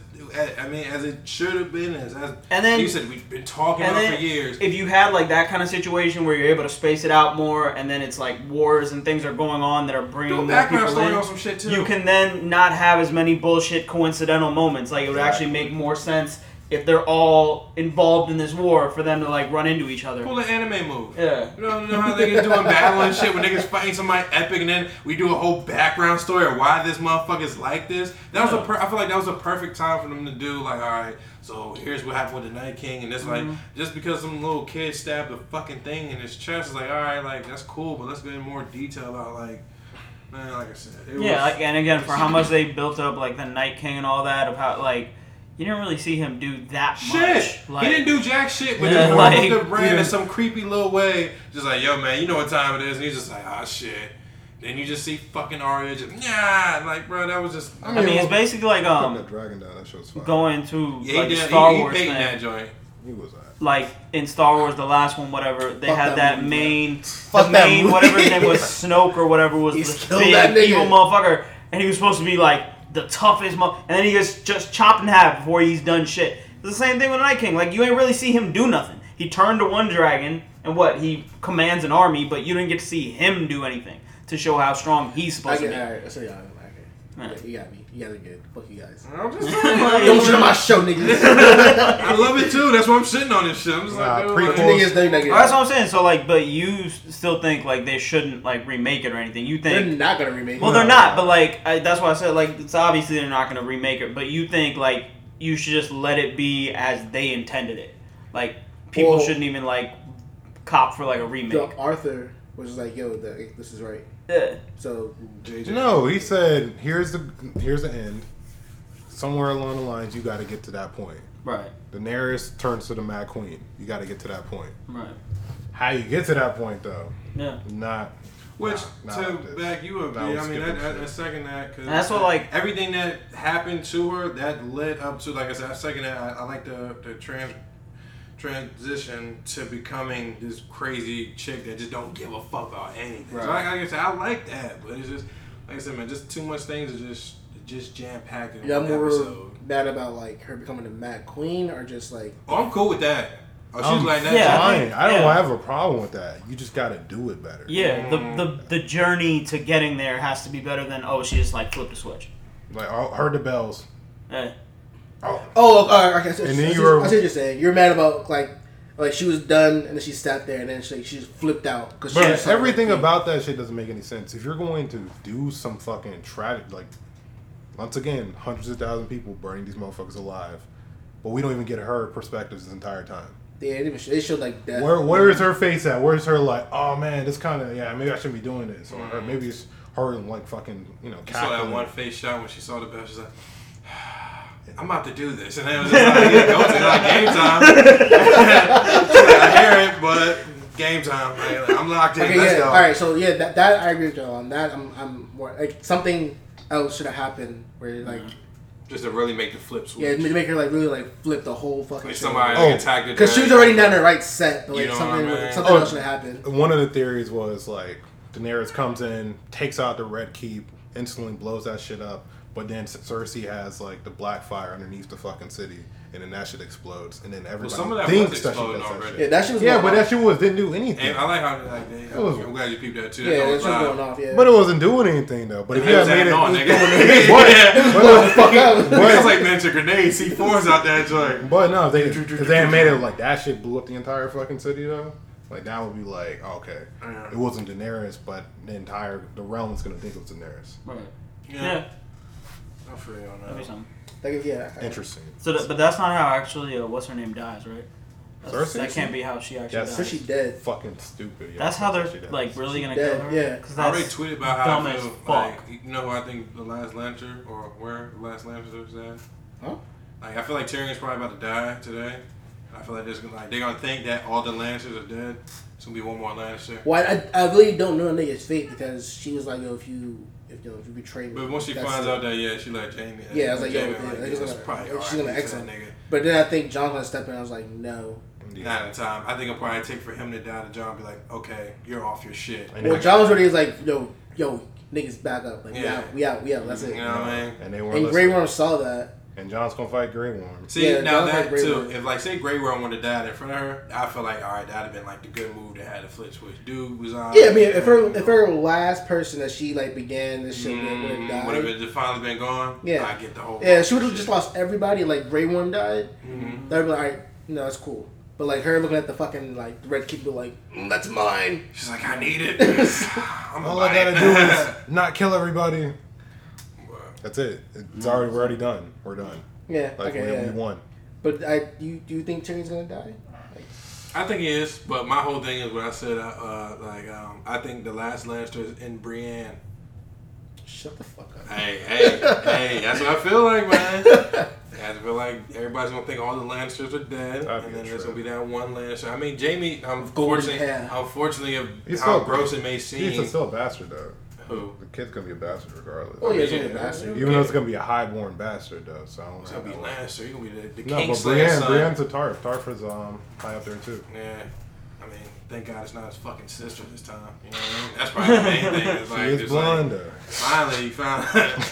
I mean, as it should have been, as, as And then- you said, we've been talking and about then for years. If you had like that kind of situation where you're able to space it out more, and then it's like wars and things are going on that are bringing Do a more background people story in, on some shit too. you can then not have as many bullshit coincidental moments. Like it would actually make more sense if they're all involved in this war for them to like run into each other. pull an anime move. Yeah. You don't know how they get doing battle and shit when niggas fighting somebody epic, and then we do a whole background story of why this motherfucker's like this. That was a per- I feel like that was a perfect time for them to do like, all right, so here's what happened with the Night King, and it's Mm-hmm. like just because some little kid stabbed a fucking thing in his chest, it's like, all right, like that's cool, but let's get in more detail about like, man, like I said, it Yeah, was, like, and again, for how much they built up like the Night King and all that, of how like you didn't really see him do that Shit, much. Like, he didn't do jack shit, but Yeah, just like, like, the brand yeah. in some creepy little way. Just like, yo, man, you know what time it is, and he's just like, ah, shit. Then you just see fucking Arya just nah, like, bro, that was just. I I mean, it's well, basically like Putting the um dragon down, that show's fine. going to yeah, like he did. Star he, he Wars paid in thing. that joint. He was alright. like in Star Wars, the last one, whatever, they Fuck had that that, movie, main, the Fuck that main, movie. whatever his name <laughs> was, Snoke or whatever was He's the killed that big nigga. evil motherfucker, and he was supposed to be like the toughest, mo- and then he gets just chopped in half before he's done shit. It's the same thing with Night King. Like you ain't really see him do nothing. He turned to one dragon, and what he commands an army, but you didn't get to see him do anything to show how strong he's I supposed to get be. alright. So y'all, okay. Alright. Yeah, you got me. You guys are good. Fuck you guys. I'm just saying, Don't shit on my like, show, niggas. <laughs> I <laughs> love it too. That's why I'm shitting on this shit. I'm just Nah, like, dude, prequel. like, niggas, they niggas. Well, that's what I'm saying. So like, but you s- still think like they shouldn't like remake it or anything. You They're think not gonna remake. Well, it. they're not, but like I, that's why I said like it's obviously they're not going to remake it. But you think like you should just let it be as they intended it. Like people Well- shouldn't even like cop for like a remake. The Arthur was just like, "Yo, the, this is right." Yeah. So JJ. No, he said, "Here's the here's the end. Somewhere along the lines, you got to get to that point." Right. Daenerys turns to the Mad Queen. You got to get to that point. Right. How you get to that point, though? Yeah. Not Which Nah, nah, to this- back you up, nah, B, I'm I mean, that, skipping I, shit. I second that. Cause And that's what, like- everything that happened to her that led up to like I said, I second that. I, I like the the trans transition to becoming this crazy chick that just don't give a fuck about anything. So Right. like, I said, I like that, but it's just like I said, man, just too much things are just just jam packed in Yeah, I'm one more episode. mad about like her becoming the Mad Queen, or just like Oh, I'm cool with that. Oh, she's I'm like that. Um, Yeah, I fine. think- I don't yeah. have a problem with that. You just got to do it better. Yeah. The, the the journey to getting there has to be better than oh she just like flipped a switch. Like I heard the bells. Yeah. Oh, oh, uh, okay. I see, And I, then see, you were- I see what you're saying. You're mad about like like she was done, and then she sat there, and then she she just flipped out because But everything about that shit doesn't make any sense. If you're going to do some fucking tragic, like once again, hundreds of thousand people burning these motherfuckers alive, but we don't even get her perspectives this entire time. yeah, it, even, it showed like that. Where where is her face at? Where's her like? Oh man, this kind of yeah. Maybe I shouldn't be doing this, or or maybe it's her like fucking you know. She saw that cackling. one face shot when she saw the bell. She's like, <sighs> I'm about to do this. And then it was just like, yeah, go to it. Like, game time. <laughs> I hear it, but game time. Like, I'm locked in. Okay, Let's yeah. go. All right, so yeah, that, that I agree with y'all on that. I'm I'm more like something else should have happened where like Just to really make the flip switch. yeah, make her like really like flip the whole fucking. like somebody Oh. attacked her. Because she was already down the right set, but like You know what something I mean? something Oh. else should have happened. One of the theories was like Daenerys comes in, takes out the Red Keep, instantly blows that shit up. But then Cersei has like the black fire underneath the fucking city, and then that shit explodes, and then everybody some of that thinks was that she exploding does that already. Yeah, shit. that shit was Yeah, going but off. that shit was didn't do And anything. I like how, like, they, was- I'm glad you peeped that too. yeah, that that was shit was live. going off. Yeah, But it wasn't doing anything though. But if you It had was made acting it, <laughs> on, it nigga. <laughs> what? Yeah. Blow the fuck up. What? It's like, man, your grenade C4s out there. joint. But no, <laughs> if they if they had made it like that shit blew up the entire fucking city though, like that would be like okay, Yeah. it wasn't Daenerys, but the entire the realm is gonna think it was Daenerys. Right. Yeah. Yeah. I'm free on That'd be that. something. Like, yeah, I- Interesting. So, that, but that's not how actually uh, what's her name dies, right? That's, Cersei? that can't be how she actually Yes. So dies. she dead. Fucking stupid. yo. That's how they're She does. like really gonna dead, kill her. yeah. Because I already that's tweeted about how dumb I as feel. fuck. Like, you know who I think the last Lancer or where the last Lancer is at? Huh? Like I feel like Tyrion's probably about to die today. And I feel like there's gonna like they're gonna think that all the Lancers are dead. It's gonna be one more Lannister. Well, I, I really don't know a nigga's fate because she was like, yo, if you if you, know, if you betray me, But once she that's finds it. out that yeah, she like Jamie. Yeah, I was like, yo, Jaime, yeah, like, they're yeah, gonna- it's probably she's alright gonna to X that him. nigga. But then I think John gonna step in. I was like, no. Yeah. Not in time. I think it'll probably take for him to die to John. Be like, okay, you're off your shit. And Well, John was already like, yo, yo, niggas back up. Like we Yeah. out, we out, we out. That's You it. know what I mean? And they weren't And Grey listening. Worm saw that. And John's gonna fight Grey Worm. See Yeah, that now was that like Grey too. Worm. If like say Grey Worm would have died in front of her, I feel like all right, that'd have been like the good move to have the flip switch. Dude was on. Yeah, I mean, if her if her last person that she like began this shit with would've Mm, died. would have been finally been gone. Yeah. I get the whole. Yeah, she would have just shit. lost everybody. Like Grey Worm died. Mhm. They'd be like, all right, no, that's cool. But like her looking at the fucking like red kid, be like, mm, that's mine. She's like, I <laughs> need it. <laughs> I'm All I gotta do is <laughs> not kill everybody. That's it. Mm. It's already we're already done. We're done. Yeah, Like okay, we, yeah. we won. But I, you, do you think Terry's gonna die? <laughs> I think it is, but my whole thing is what I said. Uh, uh, like, um, I think the last Lannister is in Brienne. Shut the fuck up. Hey, hey, hey! That's what I feel like, <laughs> man. I feel like everybody's gonna think all the Lannisters are dead, and That'd be then a there's gonna trip. be that one Lannister. I mean, Jamie. golden Unfortunately, hair. unfortunately, of He's how still- gross it may seem, He's a still a bastard though. who The kid's gonna be a bastard regardless. Oh yeah, Yeah. yeah. bastard. Even though it's gonna be a highborn bastard though, so I don't it's gonna be Lannister. He's gonna be the, the No, king but slayer Brienne, son. Brienne's a Tarf. Tarf is um high up there too. Yeah, I mean, thank God it's not his fucking sister this time. You know what <laughs> I mean? That's probably the main thing. It's She like, is just blonde Like, though. finally, he found <laughs>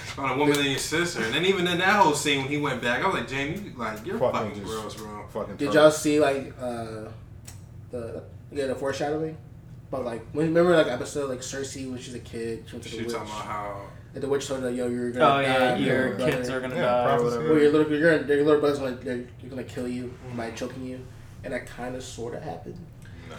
found a woman in his sister, and then even in that whole scene when he went back, I was like, Jamie, you- like you're Fucking fucking just- gross, bro. Fucking Did Tarf. y'all see like uh, the yeah the foreshadowing? But like when- remember like episode like Cersei when she's a kid, she went to the She witch. talking about how And the witch told her, "Yo, you're gonna Oh yeah, die. your brother. kids are gonna Yeah, die or prophecy. whatever. Well, your little your, your little brother's gonna they're, they're gonna kill you by choking you," and that kind of sort of happened.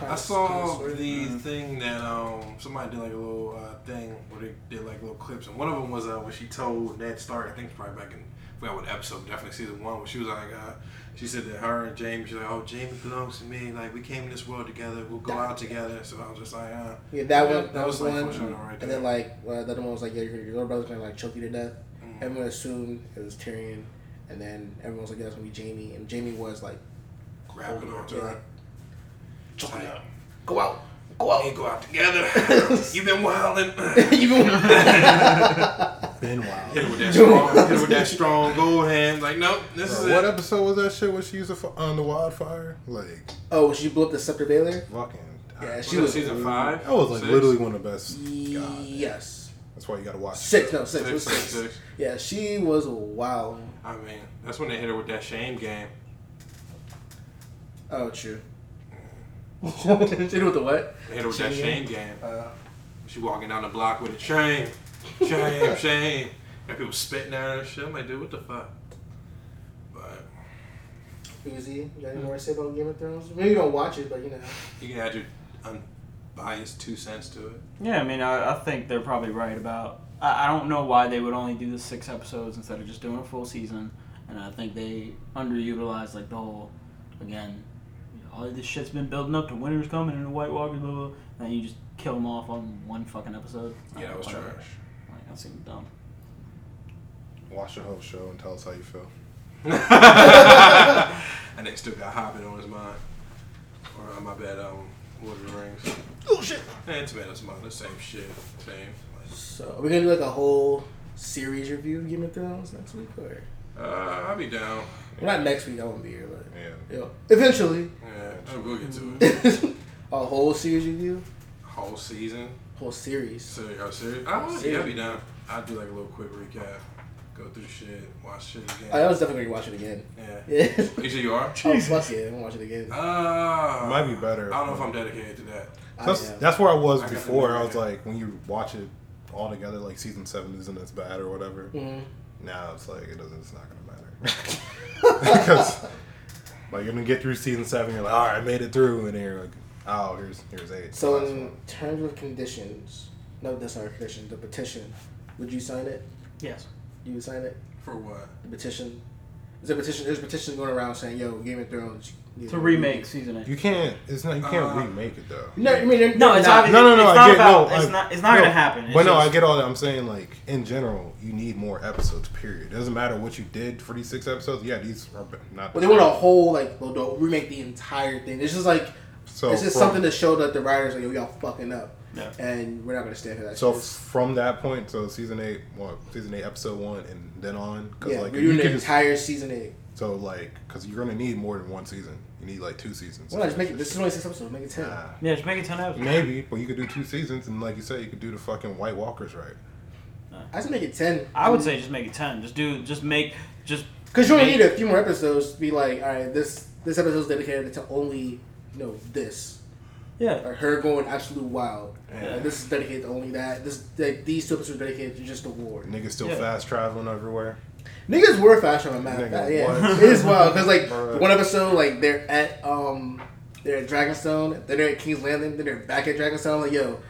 I saw the thing that um somebody did like a little uh, thing where they did like little clips, and one of them was uh, when she told Ned Stark. I think it's probably back in I forgot what episode, definitely season one, where she was like, uh, she said that her and Jamie, she's like, oh, Jamie belongs to me. Like we came in this world together, we'll go out together. So I was just like, uh, Yeah, that Yeah, one. that That, was, was, like, one. foreshadowing right and there. then like uh, the other one was like, "Yeah, your, your little brother's gonna like choke you to death." Mm. Everyone assumed it was Tyrion, and then everyone was like, "Yeah, it's gonna be Jamie," and Jamie was like, grabbing holding onto her, her. like, choking Like, her. Go out, <laughs> go We out. go out together. You've been wilding. <laughs> You <laughs> Been wild. hit it with that strong, hit it with that strong gold hand. Like, nope, this is Bro, it. what episode was that shit when she used to f- on the wildfire? Like <laughs> oh, she blew up the scepter baler. fucking. Yeah, Uh, Was she that was season five. That was like Six? literally one of the best. God, Yes, that's why you gotta watch. it. six. No, six. it Six, was six, six. six. Yeah, she was wild. I mean, that's when they hit her with that shame game. Oh, true. she did <laughs> with the what? They hit her with that Shame shame game. Uh, She walking down the block with a shame, <laughs> shame, shame. And people spitting at her and shit. I'm like, dude, what the fuck? But Uzi, you got any more to say about Game of Thrones? Maybe you don't watch it, but you know. you can add your unbiased two cents to it. Yeah, I mean, I, I think they're probably right about. I, I don't know why they would only do the six episodes instead of just doing a full season, and I think they underutilized like the whole. Again, you know, all this shit's been building up to winter's coming and the White Walkers, blah blah. blah and then you just kill them off on one fucking episode. Yeah, that was Whatever. trash. Like that seemed dumb. Watch the whole show and tell us how you feel. <laughs> and they still got Hobbit on his mind. Or uh, my bad, um, Lord of the Rings. Oh shit. And Tomatoes Mine, the same shit. Same. So are we gonna do like a whole series review of Game of Thrones next week, or Uh, I'll be down. well, not next week? I won't be here, but Yeah. you know, eventually <laughs> Yeah, oh, we'll get to <laughs> it. a whole series review, Whole season. whole series. So y'all serious? Oh, yeah, Serious. I'll be down. I'll do like a little quick recap, go through shit, watch shit again. I was definitely gonna watch it again. <laughs> yeah. Oh, Yeah. You sure you are? Oh fuck yeah, I'm gonna watch it again. Uh, Might be better. I don't know if I'm dedicated to that. That's, I am. that's where I was I got the before. new I was one. like, when you watch it all together, like season seven isn't as bad or whatever. Mhm. Now it's like it doesn't. It's not gonna matter. <laughs> Because like you're gonna get through season seven, you're like, all right, I made it through, and then you're like, oh, here's here's eight. So Last in one. terms of conditions, no, that's not a condition. The petition, would you sign it? Yes. You would sign it. <laughs> For what? The petition. There's a petition. There's petitions going around saying, "Yo, Game of Thrones." you To know, remake season eight. you can't. It's not. You can't Uh, remake it though. No, I mean, No, it's not, obvious- No, no, no. It's I not get about- no. it's I- not- it's not no. gonna happen. It's but no, I just- get all that. I'm saying like in general, you need more episodes. Period. It doesn't matter what you did for these six episodes. Yeah, these are not. But they want a whole like they'll, they'll remake the entire thing. It's just like So it's just from- something to show that the writers are like, yo, y'all fucking up, Yeah. and we're not gonna stand for that. So shit. from that point, so season eight, well, season eight, episode one, and then on, because yeah, like we're if you doing the could just, entire season eight. So like, because you're gonna need more than one season. You need like two seasons. Well, just make it. This is only six episodes. Make it ten. Nah. Yeah, just make it ten episodes. Maybe, but you could do two seasons, and like you said, you could do the fucking White Walkers right. I just make it ten. I would say just make it ten. Just do. Just make. Just because you only make- need a few more episodes to be like, all right, this this episode's dedicated to only you know this. Yeah. Or her going absolute wild. Yeah. And this is dedicated to only that. This like these two episodes are dedicated to just the war. Niggas still Yeah. fast traveling everywhere. Niggas were fast on the map. Nigga, That- yeah, <laughs> what? it is wild because like Bruh. one episode, like they're at um, they're at Dragonstone, then they're at King's Landing, then they're back at Dragonstone. Like yo,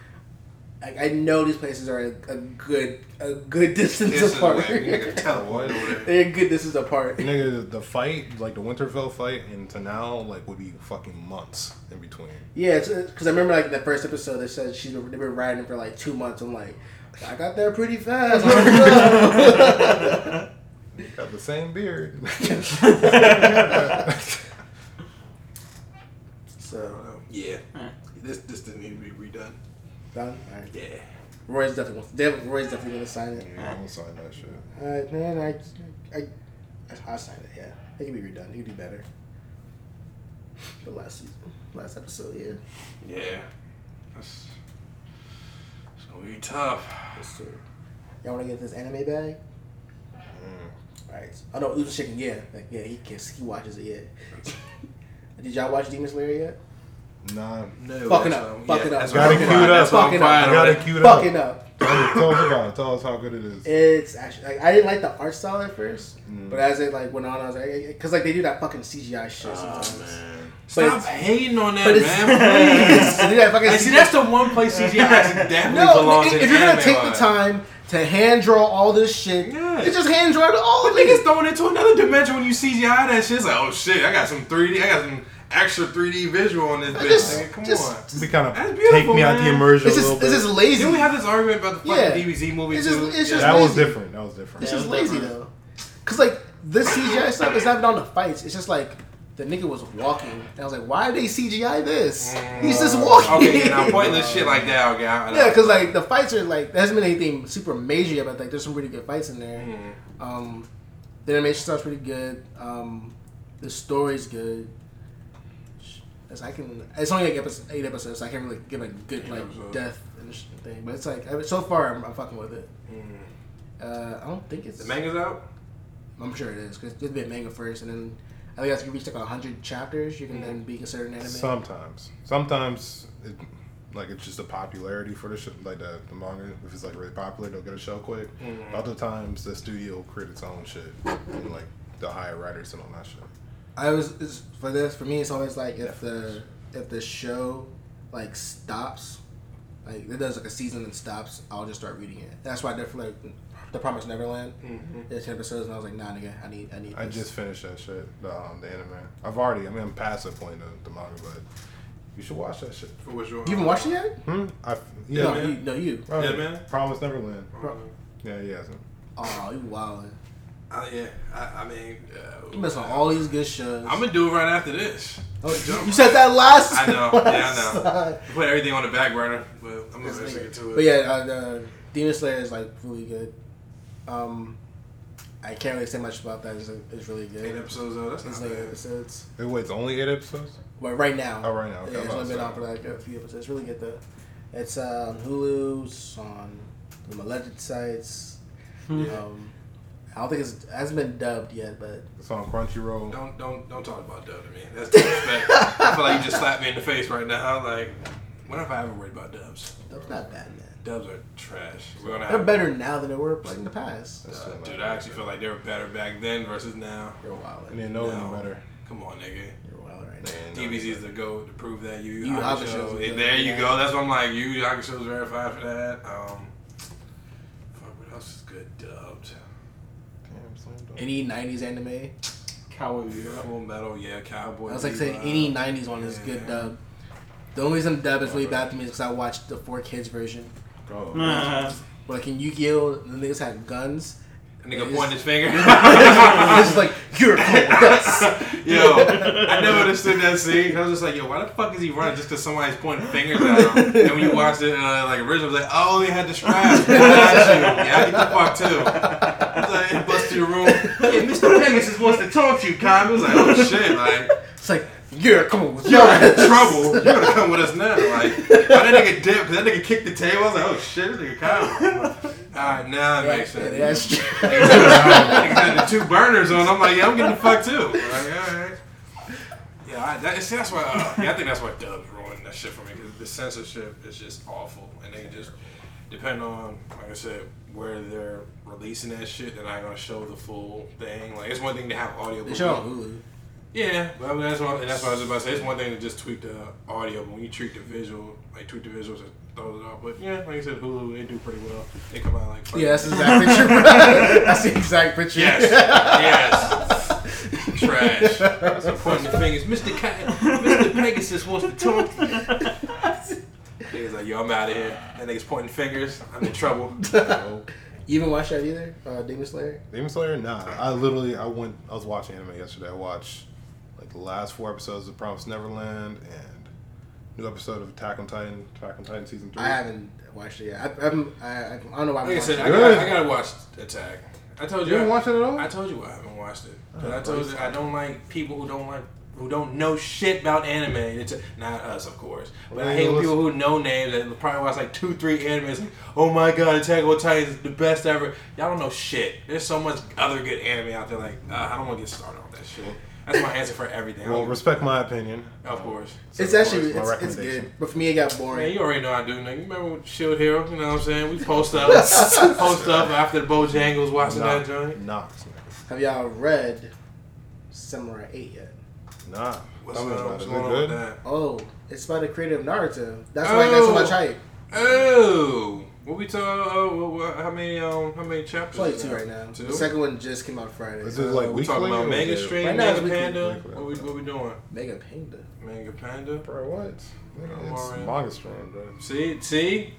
I, I know these places are a, a good a good <laughs> distance This is apart. <laughs> like, <laughs> nigga, tell him what over there. they're a good distance apart. Nigga, the fight, like the Winterfell fight, and to now, like would be fucking months in between. Yeah, because I remember like the first episode they said she they've been riding for like two months. I'm like, I got there pretty <laughs> fast. <laughs> Got the same beard. <laughs> <laughs> so Um, yeah. Alright. This this didn't need to be redone. done. All right. Yeah. Roy's definitely Dave- Roy's definitely gonna sign it. yeah, I'm gonna sign that shit. Uh, man, I, I, I, I signed it. Yeah, it can be redone. It can do better. The last season, last episode. Yeah. Yeah. That's it's gonna be tough. Yes, sir. Y'all want to get this anime bag? Mm. All right. Oh no, Uzu Chicken. Yeah, like, yeah. He gets, he watches it. Yeah. <laughs> Did y'all watch Demon Slayer yet? Nah, Fucking No, up, that's what I'm- fucking up. that's Gotta what I'm queue it crying- up, that's what I'm fucking up. crying I got it over. queued Fucking up. up. Tell, us- tell us about it. Tell us how good it is. It's actually like, I didn't like the art style at first, Mm. but as it like went on, I was like, cause like they do that fucking CGI shit sometimes. Oh, man. But Stop it's- hating on that, But <laughs> it's man. Please. They do that fucking And see, that's the one place <laughs> CGI actually definitely No, belongs if, in if you're gonna anime take the line. time to hand draw all this shit, Yeah. you just hand draw all But of it. niggas throwing it to another dimension when you CGI that shit. It's like, oh shit, I got some 3D, I got some extra 3D visual on this bitch. just- nigga. Come just- on. Be kind That's of take beautiful, me out the man. immersion It's a little just, bit. it's just lazy. Didn't we have this argument about the fucking Yeah. DBZ movie It's too? just- it's just that was lazy. different. That was different. It's Yeah, just it was lazy different. though, cause like this <laughs> CGI stuff is not even on the fights. It's just like the nigga was walking, and I was like, why are they CGI this? He's just walking. Mm. Okay, yeah, now <laughs> pointless shit like that, okay. I, I, Yeah, because like the fights are like there hasn't been anything super major yet, but like there's some really good fights in there. Mm. Um, the animation stuff's pretty good. Um, the story's good. As I can, it's only like episode, eight episodes, so I can't really give a good Eight like episodes. death and sh- thing. But it's like I mean, so far I'm, I'm fucking with it. Uh, I don't think it's. Mm. The manga's out? I'm sure it is because it's been manga first, and then I think after you reach like hundred chapters, you Mm. can then be considered an anime. Sometimes, sometimes, it, like it's just a popularity for the sh- like the, the manga. If it's like really popular, they'll get a show quick. Other times, the studio will create its own shit and like the hire writers and all that shit. I was it's, for this for me. It's always like if the if the show like stops, like it does like a season and stops, I'll just start reading it. That's why I definitely like the Promised Neverland. Mm-hmm. There's ten episodes, and I was like, nah, nigga, I need, I need. I this. just finished that shit, the, um, the anime. I've already, I mean, I'm past the point of the manga, but you should watch that shit. For which one? you haven't watched it yet? Hmm. I yeah, no, man. you, no, you. Bro, Yeah, man. Promise Neverland. Bro. Yeah, he hasn't. Oh, you wildin'. I, Uh, yeah, I, I mean, uh, You missing all these good shows. I'm gonna do it right after this. Oh, you, jump. you said that last. I know, yeah, <laughs> I know. last- Put everything on the back burner, but I'm This gonna nigga. stick it to it. But yeah, uh, the Demon Slayer is like really good. Um, I can't really say much about that. It's, it's really good. eight episodes though, that's It's not like bad. episodes. It was only eight episodes. But right now. Oh, right now, okay, yeah, it's I'm only been sorry. out for like a few episodes. It's really good though. It's uh, on Hulu. It's on the Maleficent sites. Um, I don't think it's it hasn't been dubbed yet, but It's on Crunchyroll. Don't don't don't talk about Dub to me. That's disrespect. I feel like you just slapped me in the face right now. Like, what if I ever worried about dubs? that's not bad, man. Dubs are trash. We're gonna They're have better now than they were like in the past. That's Uh, still not dude, I bad. actually feel like they were better back then versus now. You're wild. I didn't know No. any better. uh, Come on, nigga. You're wild right now. Man, DBZ's the go to prove that you Yu Hakusho. Hakusho's Hey, good, there you yeah. go. That's what I'm like. You Hakusho's verified for that. Um, fuck, what else is good dubbed? Damn, slam dunk. Any '90s anime? Cowboy. Full Metal, yeah, Cowboy. I was like Bebop. saying any '90s one is good Yeah. dub. The only reason dub is really bad for me is because I watched the four kids version. Oh, Uh, But like in Yu-Gi-Oh, the niggas had guns. That nigga It's- pointed <laughs> his finger. it's just like you're cool. That's yo, I never understood that scene. I was just like, yo, why the fuck is he running just because somebody's pointing fingers at him? And when you watch it, uh, <laughs> like original, it was like, oh, he had the strap. I got you. Yeah, I get the fuck too. It's like, it bust rush to the room. Hey, Mr. Pegasus wants to talk to you, Kyle. It was like, oh shit, like It's like, yeah, come on, let's you're in go. <laughs> trouble. You're gonna come with us now. Like, why that nigga dip? That nigga kicked the table. I was like, oh shit, this nigga Kyle. Alright, now it makes Yeah, sense. that's true. Nigga <laughs> had the two burners on. I'm like, yeah, I'm getting the fuck too. Like, alright. Yeah, I, that, see, that's why. Uh, yeah, I think that's why Dubs ruined that shit for me because the censorship is just awful, and they just depend on, like I said, where they're releasing that shit. They're not gonna show the full thing. Like, it's one thing to have audio. They show on Hulu. Yeah, but I mean, that's what, and that's what I was about to say. It's one thing to just tweak the audio, but when you tweak the visual, like tweak the visuals, it throws it off. But yeah, like I said, Hulu, they do pretty well. They come out like fucking- Yeah, that's the exact picture. <laughs> that's the exact picture. <laughs> yes, yes, trash. That's what pointing the fingers. Mr. Cat, Mr. Pegasus wants to talk. <laughs> Niggas like, yo, I'm out of here. That nigga's pointing fingers. I'm in trouble. So, You haven't watched that either, uh, Demon Slayer. Demon Slayer? Nah. I literally I went I was watching anime yesterday. I watched like the last four episodes of Promised Neverland and new episode of Attack on Titan, Attack on Titan season three. I haven't watched it yet. I, I'm, I, I don't know why. I Like I haven't said, I watched it. gotta, I gotta watch Attack. I told You you. I- didn't watch it at all? I told you I haven't watched it. 'Cause Oh, I told you I don't like people who don't like who don't know shit about anime. It's not us, of course, but Well, I hate you when listen- people who know names that probably watch like two, three animes. Like, oh my god, Attack on Titan is the best ever. Y'all don't know shit. There's so much other good anime out there. Like uh, I don't want to get started on that shit. That's my answer for everything. I well, don't- respect my opinion. of course. So, It's of actually course, my it's, it's recommendation. good, but for me it got Man, boring. you already know I do, nigga. Remember with Shield Hero? You know what I'm saying? We <laughs> post up, post up after the Bojangles watching that joint. Nah, Knox, nigga. Have y'all read Samurai Eight yet? Nah. What's, Tell me up? about it. What's Is it going on good? with that? Oh, it's by the creator of Naruto. That's why I got so Oh. much hype. Oh, what we talk? Uh, what, what, how many? Um, how many chapters? It's only is two that? right now. Two. The second one just came out Friday. Um, Is it like we weekly? talking or about is Mega it- Stream, Right now Mega it's weekly. Panda. Weekly. What we what we doing? Mega Panda. Mega Panda. Bro, what? Nigga, Mario. It's manga stream, bro. See, see,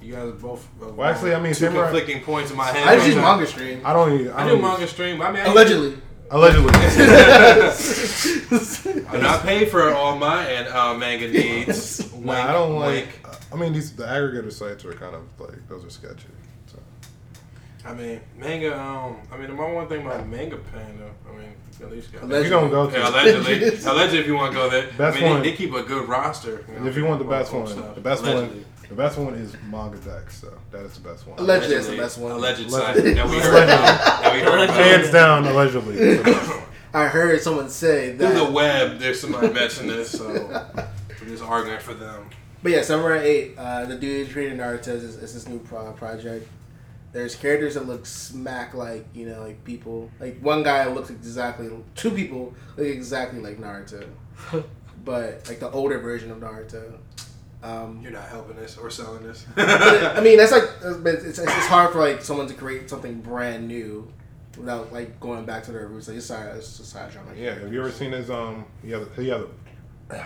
you guys are both. uh, Well, actually, I mean, two Samurai- conflicting points in my head. I just use Sometimes- manga stream. I don't even. I, I don't do even- manga stream. I mean, I- Allegedly. <laughs> Allegedly. <laughs> and I pay for all my and uh, <laughs> manga needs. wink, nah, I don't like. wink. I mean, these the aggregator sites are kind of like those are sketchy. So. I mean, manga. Um, I mean, the my one thing about manga panda. I mean, at least got If you don't go to, <laughs> Yeah, allegedly, allegedly, if you want to go there, Best I mean, one. They, they keep a good roster. and if you want the best one, Stuff. the best Allegedly. one, the best one is manga deck. So that is the best one. Alleg- Allegedly is the best one. Alleged side Allegedly. that we heard. about, that we heard. Hands about. down, allegedly. <laughs> It's the best one. I heard someone say Through the that. web, there's somebody mentioned this, <laughs> so we're just arguing for them. But yeah, Samurai Eight. Uh, the dude who created Naruto is, is this new pro- project. There's characters that look smack like you know like people. Like one guy looks exactly. Two people look exactly like <laughs> Naruto, but like the older version of Naruto. Um, You're not helping us or selling <laughs> us. Mm-hmm. but, I mean, that's like, uh, but it's, it's, it's hard for like someone to create something brand new without like going back to their roots. Like, it's sorry, it's just side genre. Yeah. Have you ever seen his um? He has. a- He has. A,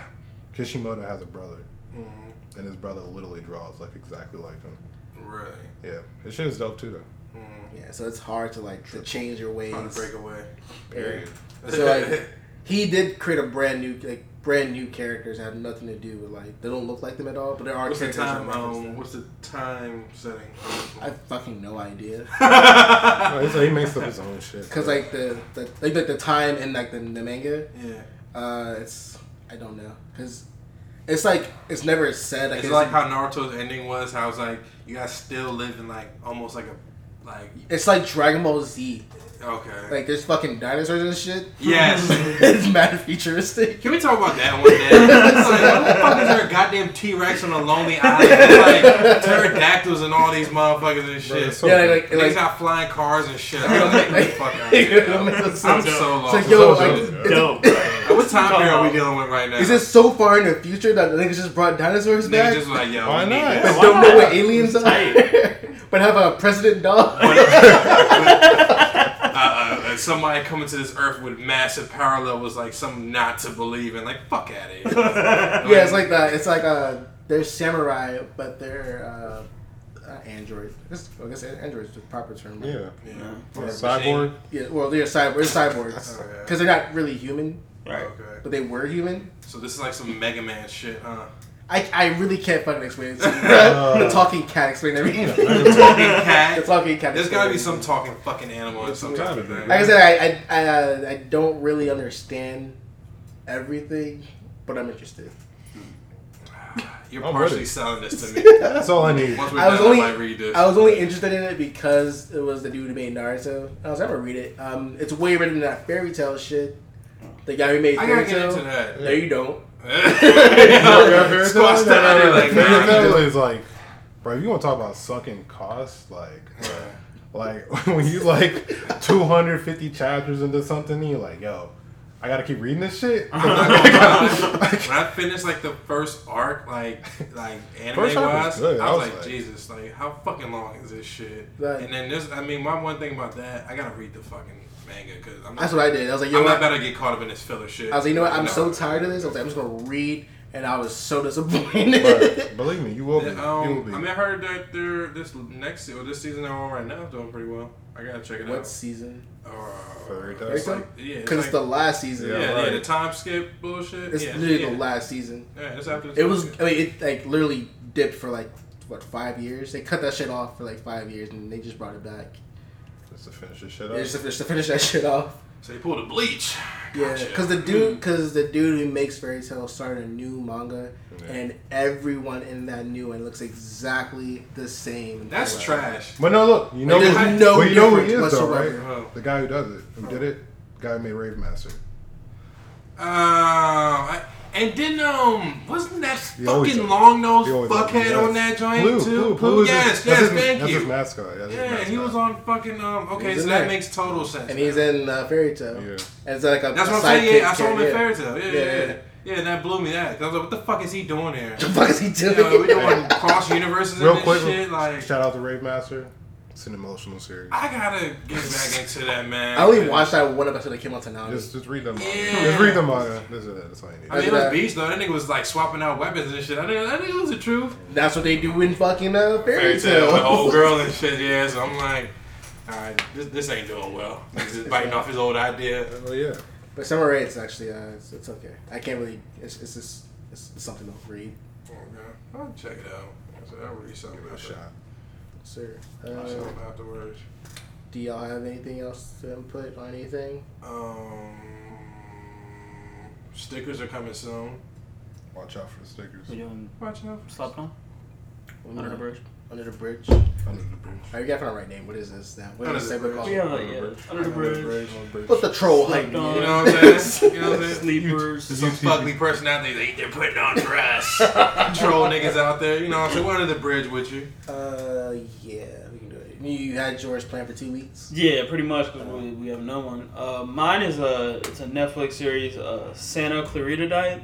Kishimoto has a brother, Mm, and his brother literally draws like exactly like him. really? Yeah, his shit is dope too though. Mm, Yeah, so it's hard to like to change your ways. trying to break away. Period. So like, he did create a brand new like brand new characters that have nothing to do with like they don't look like them at all, but there are what's the characters. that time? reference Um, them. what's the time setting? I have fucking no idea No, he's- he makes up his own shit. because bro. like the, the like, like the time in like the, the manga, yeah. uh, it's I don't know because it's like it's never said. Like, It's like how Naruto's ending was. How it's like you guys still living like almost like a like it's like Dragon Ball Z. okay. Like there's fucking dinosaurs and shit. <laughs> yes. it's mad futuristic. <laughs> Can we talk about that <laughs> one day? It's like, why the fuck is there a goddamn T Rex on a lonely island? <laughs> Like pterodactyls and all these motherfuckers and Bro, shit. it's Niggas so Yeah, dope. like like, like got flying cars and shit. I'm like, get the fuck out <laughs> of here. It's so I'm dope. so lost. like, yo, So like, dope, it's- Dope. <laughs> what time period are we dealing with right now? Is it so far in the future that the niggas just brought dinosaurs Niggas back? just like, yo, Why we need not? this. but Why don't know not? what aliens are? <laughs> but have a president dog? uh, uh, somebody coming to this earth with massive power levels, like something not to believe in. Like, fuck out of here. <laughs> <laughs> yeah, it's like that. It's like uh, they're samurai, but they're uh, uh, androids. I guess, I guess androids is the proper term. Yeah. Yeah. Cyborg. Yeah, well, they're cyber, they're cyborgs <laughs> Oh, yeah. because they're not really human, Right. Okay. but they were human. So this is like some Mega Man shit, huh? I, I really can't fucking explain it. To <laughs> you. the talking cat explained <laughs> everything. The talking cat. the talking cat. There's gotta be some explained talking fucking animal in some kind of thing. everything. Like I said, I I, I, uh, I don't really understand everything, but I'm interested. You're I'm partially ready. selling this to <laughs> me. That's all I need. <laughs> Once we're I was done, only I might read this. I was only interested in it because it was the dude who made Naruto. I was like, I'm gonna read it. Um, it's way better than that fairy tale shit. The guy who made I gotta fairy get into tale. that. No, <laughs> you don't. <laughs> Squash that under <laughs> like man. It's like, bro, if you want to talk about sucking costs, like, like <laughs> when you like 250 chapters into something, you're like, yo, I gotta keep reading this <laughs> shit. <laughs> when I finished like the first arc, like like anime First arc was wise, good. I was like, Jesus, like how fucking long is this shit? Right. And then this, I mean, my one thing about that, I gotta read the fucking manga because I'm not, That's what I did. I was like, I'm you know not what? about to get caught up in this filler shit. I was like, you know what? I'm No. so tired of this. I was like, I'm just gonna read, and I was so disappointed. But believe me, you will be. Then, you will um, be. I mean, I heard that they're this next se- or this season they're on right now is doing pretty well. I gotta check <laughs> it what season? out. Fairy Uh, Tail? it's like, yeah, it's Because it's like- the last season. yeah, Yeah, yeah, right. the time skip bullshit. It's yeah, literally yeah. the last season. Yeah, it's after. the It was. time I mean, it like literally dipped for like what five years. They cut that shit off for like five years, and they just brought it back. just to finish this shit They up. just, just to finish that shit off. skip. So they pulled a bleach. Yeah, <laughs> Gotcha. Mm, because the dude, because the dude who makes Fairy Tail started a new manga, Yeah. and everyone in that new one looks exactly the same. That's trash. But no, look, you know, There's who- no but you know who he difference is though, whatsoever. right? Oh. The guy who does it, who did it, the guy who made Rave Master. Uh, I- and then um, wasn't that He always fucking does. long nosed He always fuckhead does, yes. on that joint Blue, too? Blue, Blue is yes, yes, his, that's his, thank that's you. His mascot. That's yeah, his he was on fucking um. Okay, He's so in that there. makes total sense. and he's now. in uh, Fairy Tail. Yeah. And it's like a That's what I'm saying. Yeah, I saw him in character, Fairy Tale. Yeah, Yeah, yeah, yeah. yeah. Yeah, and that blew me. That I was like, what the fuck is he <laughs> doing there? yeah. <laughs> The fuck is he You doing? know, we doing cross universes and Real this quick, shit. Like, shout out to Rave Master. It's an emotional series. I gotta get back into that <laughs> man. I <laughs> only watched that one episode that came out tonight. Just, just read them. Yeah. Just read them. Uh, this is it. That's all you need. I mean, That's it was bad. beast though. That nigga was like swapping out weapons and shit. I think that nigga was the truth. That's what they do in fucking uh, Fairy Fairy tale, with the old Tail. girl and shit. Yeah, so I'm like, all right, this, this ain't doing well. He's just biting off his old <laughs> idea. oh yeah. <laughs> but Summer Rae, it's actually uh, it's, it's okay. I can't really. It's, it's just it's something to read. Oh, God. I'll check it out. So that'll be something. Give it a shot. Sir, I'll uh, show him afterwards. do y'all have anything else to input on anything? Um, stickers are coming soon. Watch out for the stickers. We doing Watch out. slap on under the bridge. Under the bridge. Under the bridge. Are you got the right name? What is this now? What Under is the this segment bridge. called? We have, like, yeah, Oh, under the bridge. Under the bridge. What's the <laughs> troll hype? Slept on. You know what <laughs> I'm saying? You know what I'm saying? Sleepers. Some fugly personality they they're putting on for us. Troll niggas out there, you know what I'm saying? We're under the bridge with you. Uh, yeah, we can do it. You you had George playing for two weeks. Yeah, pretty much because we, we have no one. Uh, mine is a it's a Netflix series, uh, Santa Clarita Diet.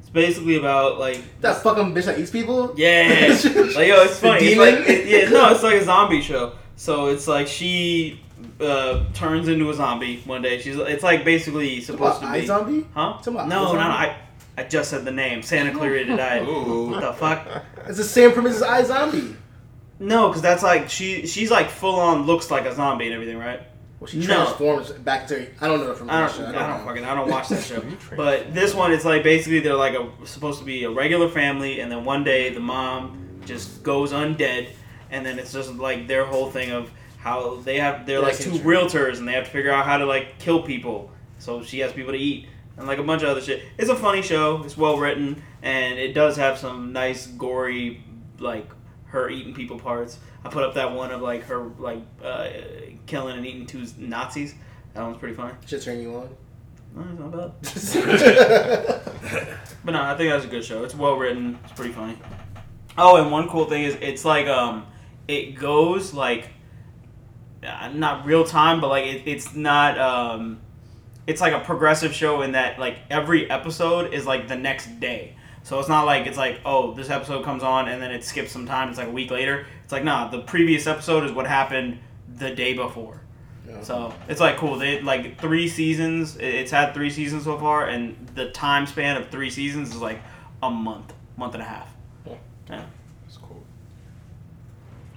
It's basically about like That fucking bitch that eats people. <laughs> <laughs> yeah, like yo, it's The funny. It's demon? like, it- yeah, <laughs> no, it's like a zombie show. So it's like she uh, turns into a zombie one day. She's it's like basically supposed to be zombie. huh? Talking No, about no, iZombie? no. I I just said the name Santa Clarita Diet. Ooh. What the fuck? It's the same premise as I Zombie. No, because that's like she she's like full on looks like a zombie and everything, right? Well, she No. transforms back to. I don't know from I that don't, show. I don't fucking, I don't watch that show. <laughs> You trash. But this one, it's like basically they're like a, supposed to be a regular family, and then one day the mom just goes undead, and then it's just like their whole thing of how they have they're Yeah, I like see two what you mean. realtors, and they have to figure out how to like kill people. So she has people to eat, and like a bunch of other shit. It's a funny show. It's well written, and it does have some nice gory like her eating people parts. I put up that one of like her like uh, killing and eating two Nazis. That one's pretty funny. Should turn you on. No, it's not bad. <laughs> But no, I think that's a good show. It's well written. It's pretty funny. Oh, and one cool thing is it's like um, it goes like, uh, not real time, but like it, it's not um, it's like a progressive show in that like every episode is like the next day. So it's not like it's like oh this episode comes on and then it skips some time. It's like a week later. It's like nah, the previous episode is what happened the day before. So it's like cool. They like three seasons. it- It's had three seasons so far, and the time span of three seasons is like a month, month and a half. <laughs> That's cool.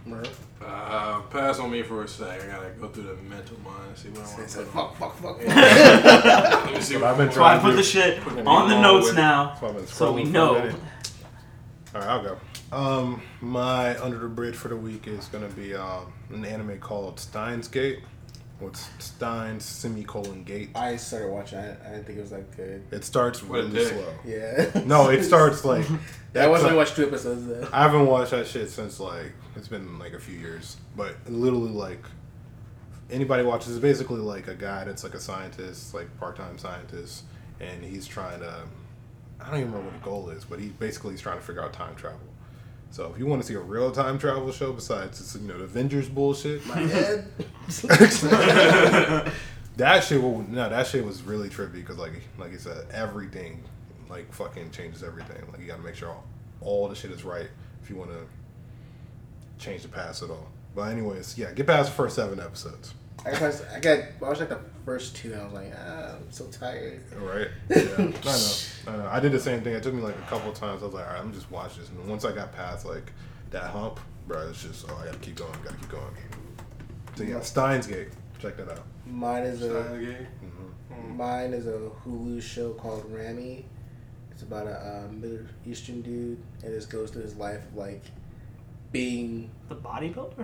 Merv. Uh, pass on me for a sec. I gotta go through the mental mind and see what I want It's to like, put on. fuck, fuck, <laughs> fuck. Let me see But what I've been I'm So I trying. trying to- put the shit Put it on the all notes with- now, That's why I've been so we scrolling for a know. minute. All right, I'll go. Um, my under the bridge for the week is gonna be um, an anime called Steins Gate. What's Steins semicolon gate? I started watching. I, I didn't think it was that good. It starts What a really dick. slow. Yeah. <laughs> No, it starts like <laughs> I watched. that's I a- watched two episodes though. <laughs> I haven't watched that shit since like it's been like a few years, but literally like anybody watches is basically like a guy that's like a scientist, like part-time scientist, and he's trying to I don't even remember what the goal is, but he basically is trying to figure out time travel. So if you want to see a real time travel show besides it's, you know the Avengers bullshit, My <laughs> head. that shit will, no that shit was really trippy because like like you said everything like fucking changes everything like you gotta make sure all, all the shit is right if you want to change the past at all but anyways yeah get past the first seven episodes I got. I got. I watched like the first two. and I was like, ah, I'm so tired. all right yeah i know i know i did the same thing it took me like a couple of times i was like all right i'm just watching this and once i got past like that hump bro it's just oh i gotta keep going gotta keep going so yeah steins gate check that out Mine is a. Okay. Mine is a Hulu show called Rami. It's about a uh, Middle Eastern dude, and this goes through his life of like being. The bodybuilder?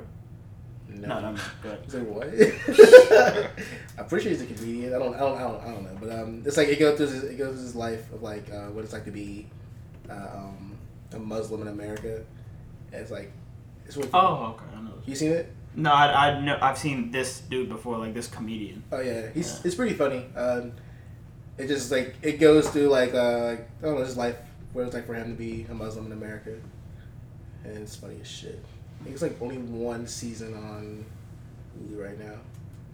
No. No, no, no. Good. He's like, what? <laughs> <laughs> I'm pretty sure he's a comedian. I don't, I don't, I don't, I don't know. But um, it's like it goes through his, it goes through his life of like uh, what it's like to be uh, um, a Muslim in America. And it's like it's what Oh, okay. I know. you seen it? No, I, I know. I've seen this dude before, like this comedian. Oh yeah, he's Yeah. it's pretty funny. Um, it just like it goes through like uh, I don't know his life what it's like for him to be a Muslim in America, and it's funny as shit. I think it's like only one season on Hulu right now.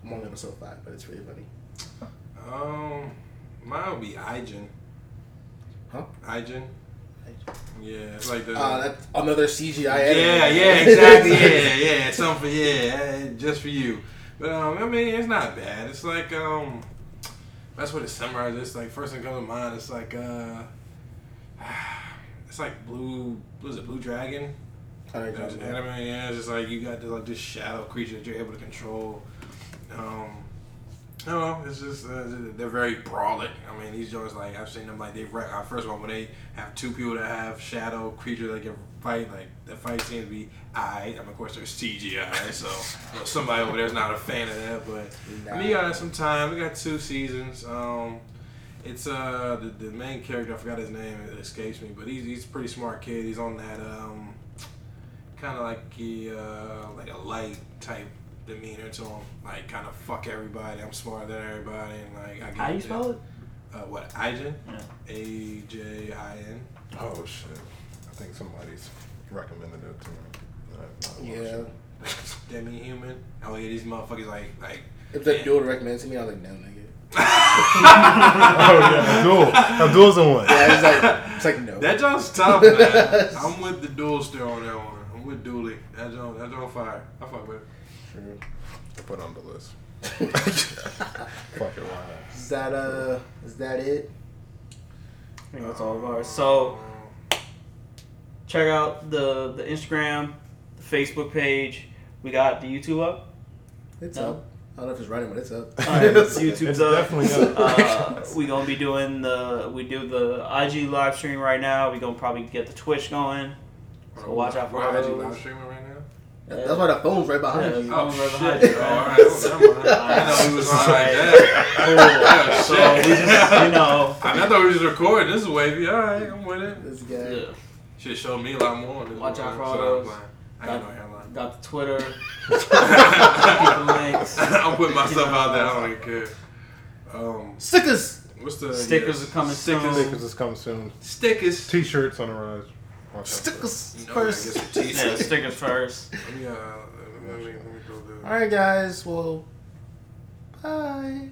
I'm on episode five, but it's really funny. Um, mine would be Igen. Huh? Igen. Yeah, it's like the. Uh, that's another CGI. yeah, anime. <laughs> yeah, exactly. yeah, yeah, something. Yeah, eh, just for you. But um, I mean, it's not bad. It's like um, that's what it summarizes. It's like first thing comes to mind. It's like uh, <sighs> it's like blue. What is it? Blue dragon. I don't It was know. anime, yeah, it's just like you got this, like this shadow creature that you're able to control. Um, I don't know. It's just uh, they're very brawling. I mean, these joints like I've seen them like they wreck. Uh, first of all, when they have two people that have shadow creatures that can fight, like the fight seems to be I. I mean, of course, there's CGI, so you know, somebody over there's not a fan of that. But I mean, you got some time. We got two seasons. Um, it's uh the, the main character. I forgot his name. It escapes me, but he's he's a pretty smart kid. He's on that um kind of like he uh, like a light type demeanor to him. Like kind of fuck everybody. I'm smarter than everybody, and like I get How do you spell it? Uh, what Ijin? Yeah. A J I N. <laughs> Oh shit! I think somebody's recommended it to me. I have not Yeah. watched Demi human. Oh yeah, these motherfuckers like like. If that dude recommends to me, I was like, no, nigga. <laughs> it. oh yeah, <laughs> Abdul. Abdul's the one. Yeah, it's like, it's like no. Oh. That joint's <laughs> tough, man. I'm with the dual stir on that one. I'm with Dooley. That joint, that joint fire. I fuck with it. True. Put on the list. Fucking why <laughs> not? Is that uh, is that it? I think that's all of ours. So check out the the Instagram, the Facebook page. We got the YouTube up. It's No. up. I don't know if it's running, but it's up. All right, <laughs> YouTube's It's up. definitely up. Uh, we gonna be doing the we do the IG live stream right now. We gonna probably get the Twitch going. So watch out for We're IG those. live streaming right now. That's why the phone's right behind Yeah. you. Oh, Oh right behind shit! you, Oh, right? All right, well, never mind. <laughs> I know he was on like that. <laughs> Oh, So shit. we just you know. I, mean, I thought we was recording. This is wavy. All right, I'm with it. This guy. <laughs> yeah. Should show me a lot more. On this Watch out one. for all So I'm those. lying. I ain't no hairline. Got the Twitter. Got the links. <laughs> I'm putting myself out there. I don't even care. Um, Sickers. what's the Stickers are coming stickers, soon. Because it's coming soon. Stickers. T-shirts on the rise. Watch out for it. Stickers No, I guess first. it's T-shirts. Yeah, stickers first. Let me, uh, let me, let me, let me go there. All right, guys. Well, bye.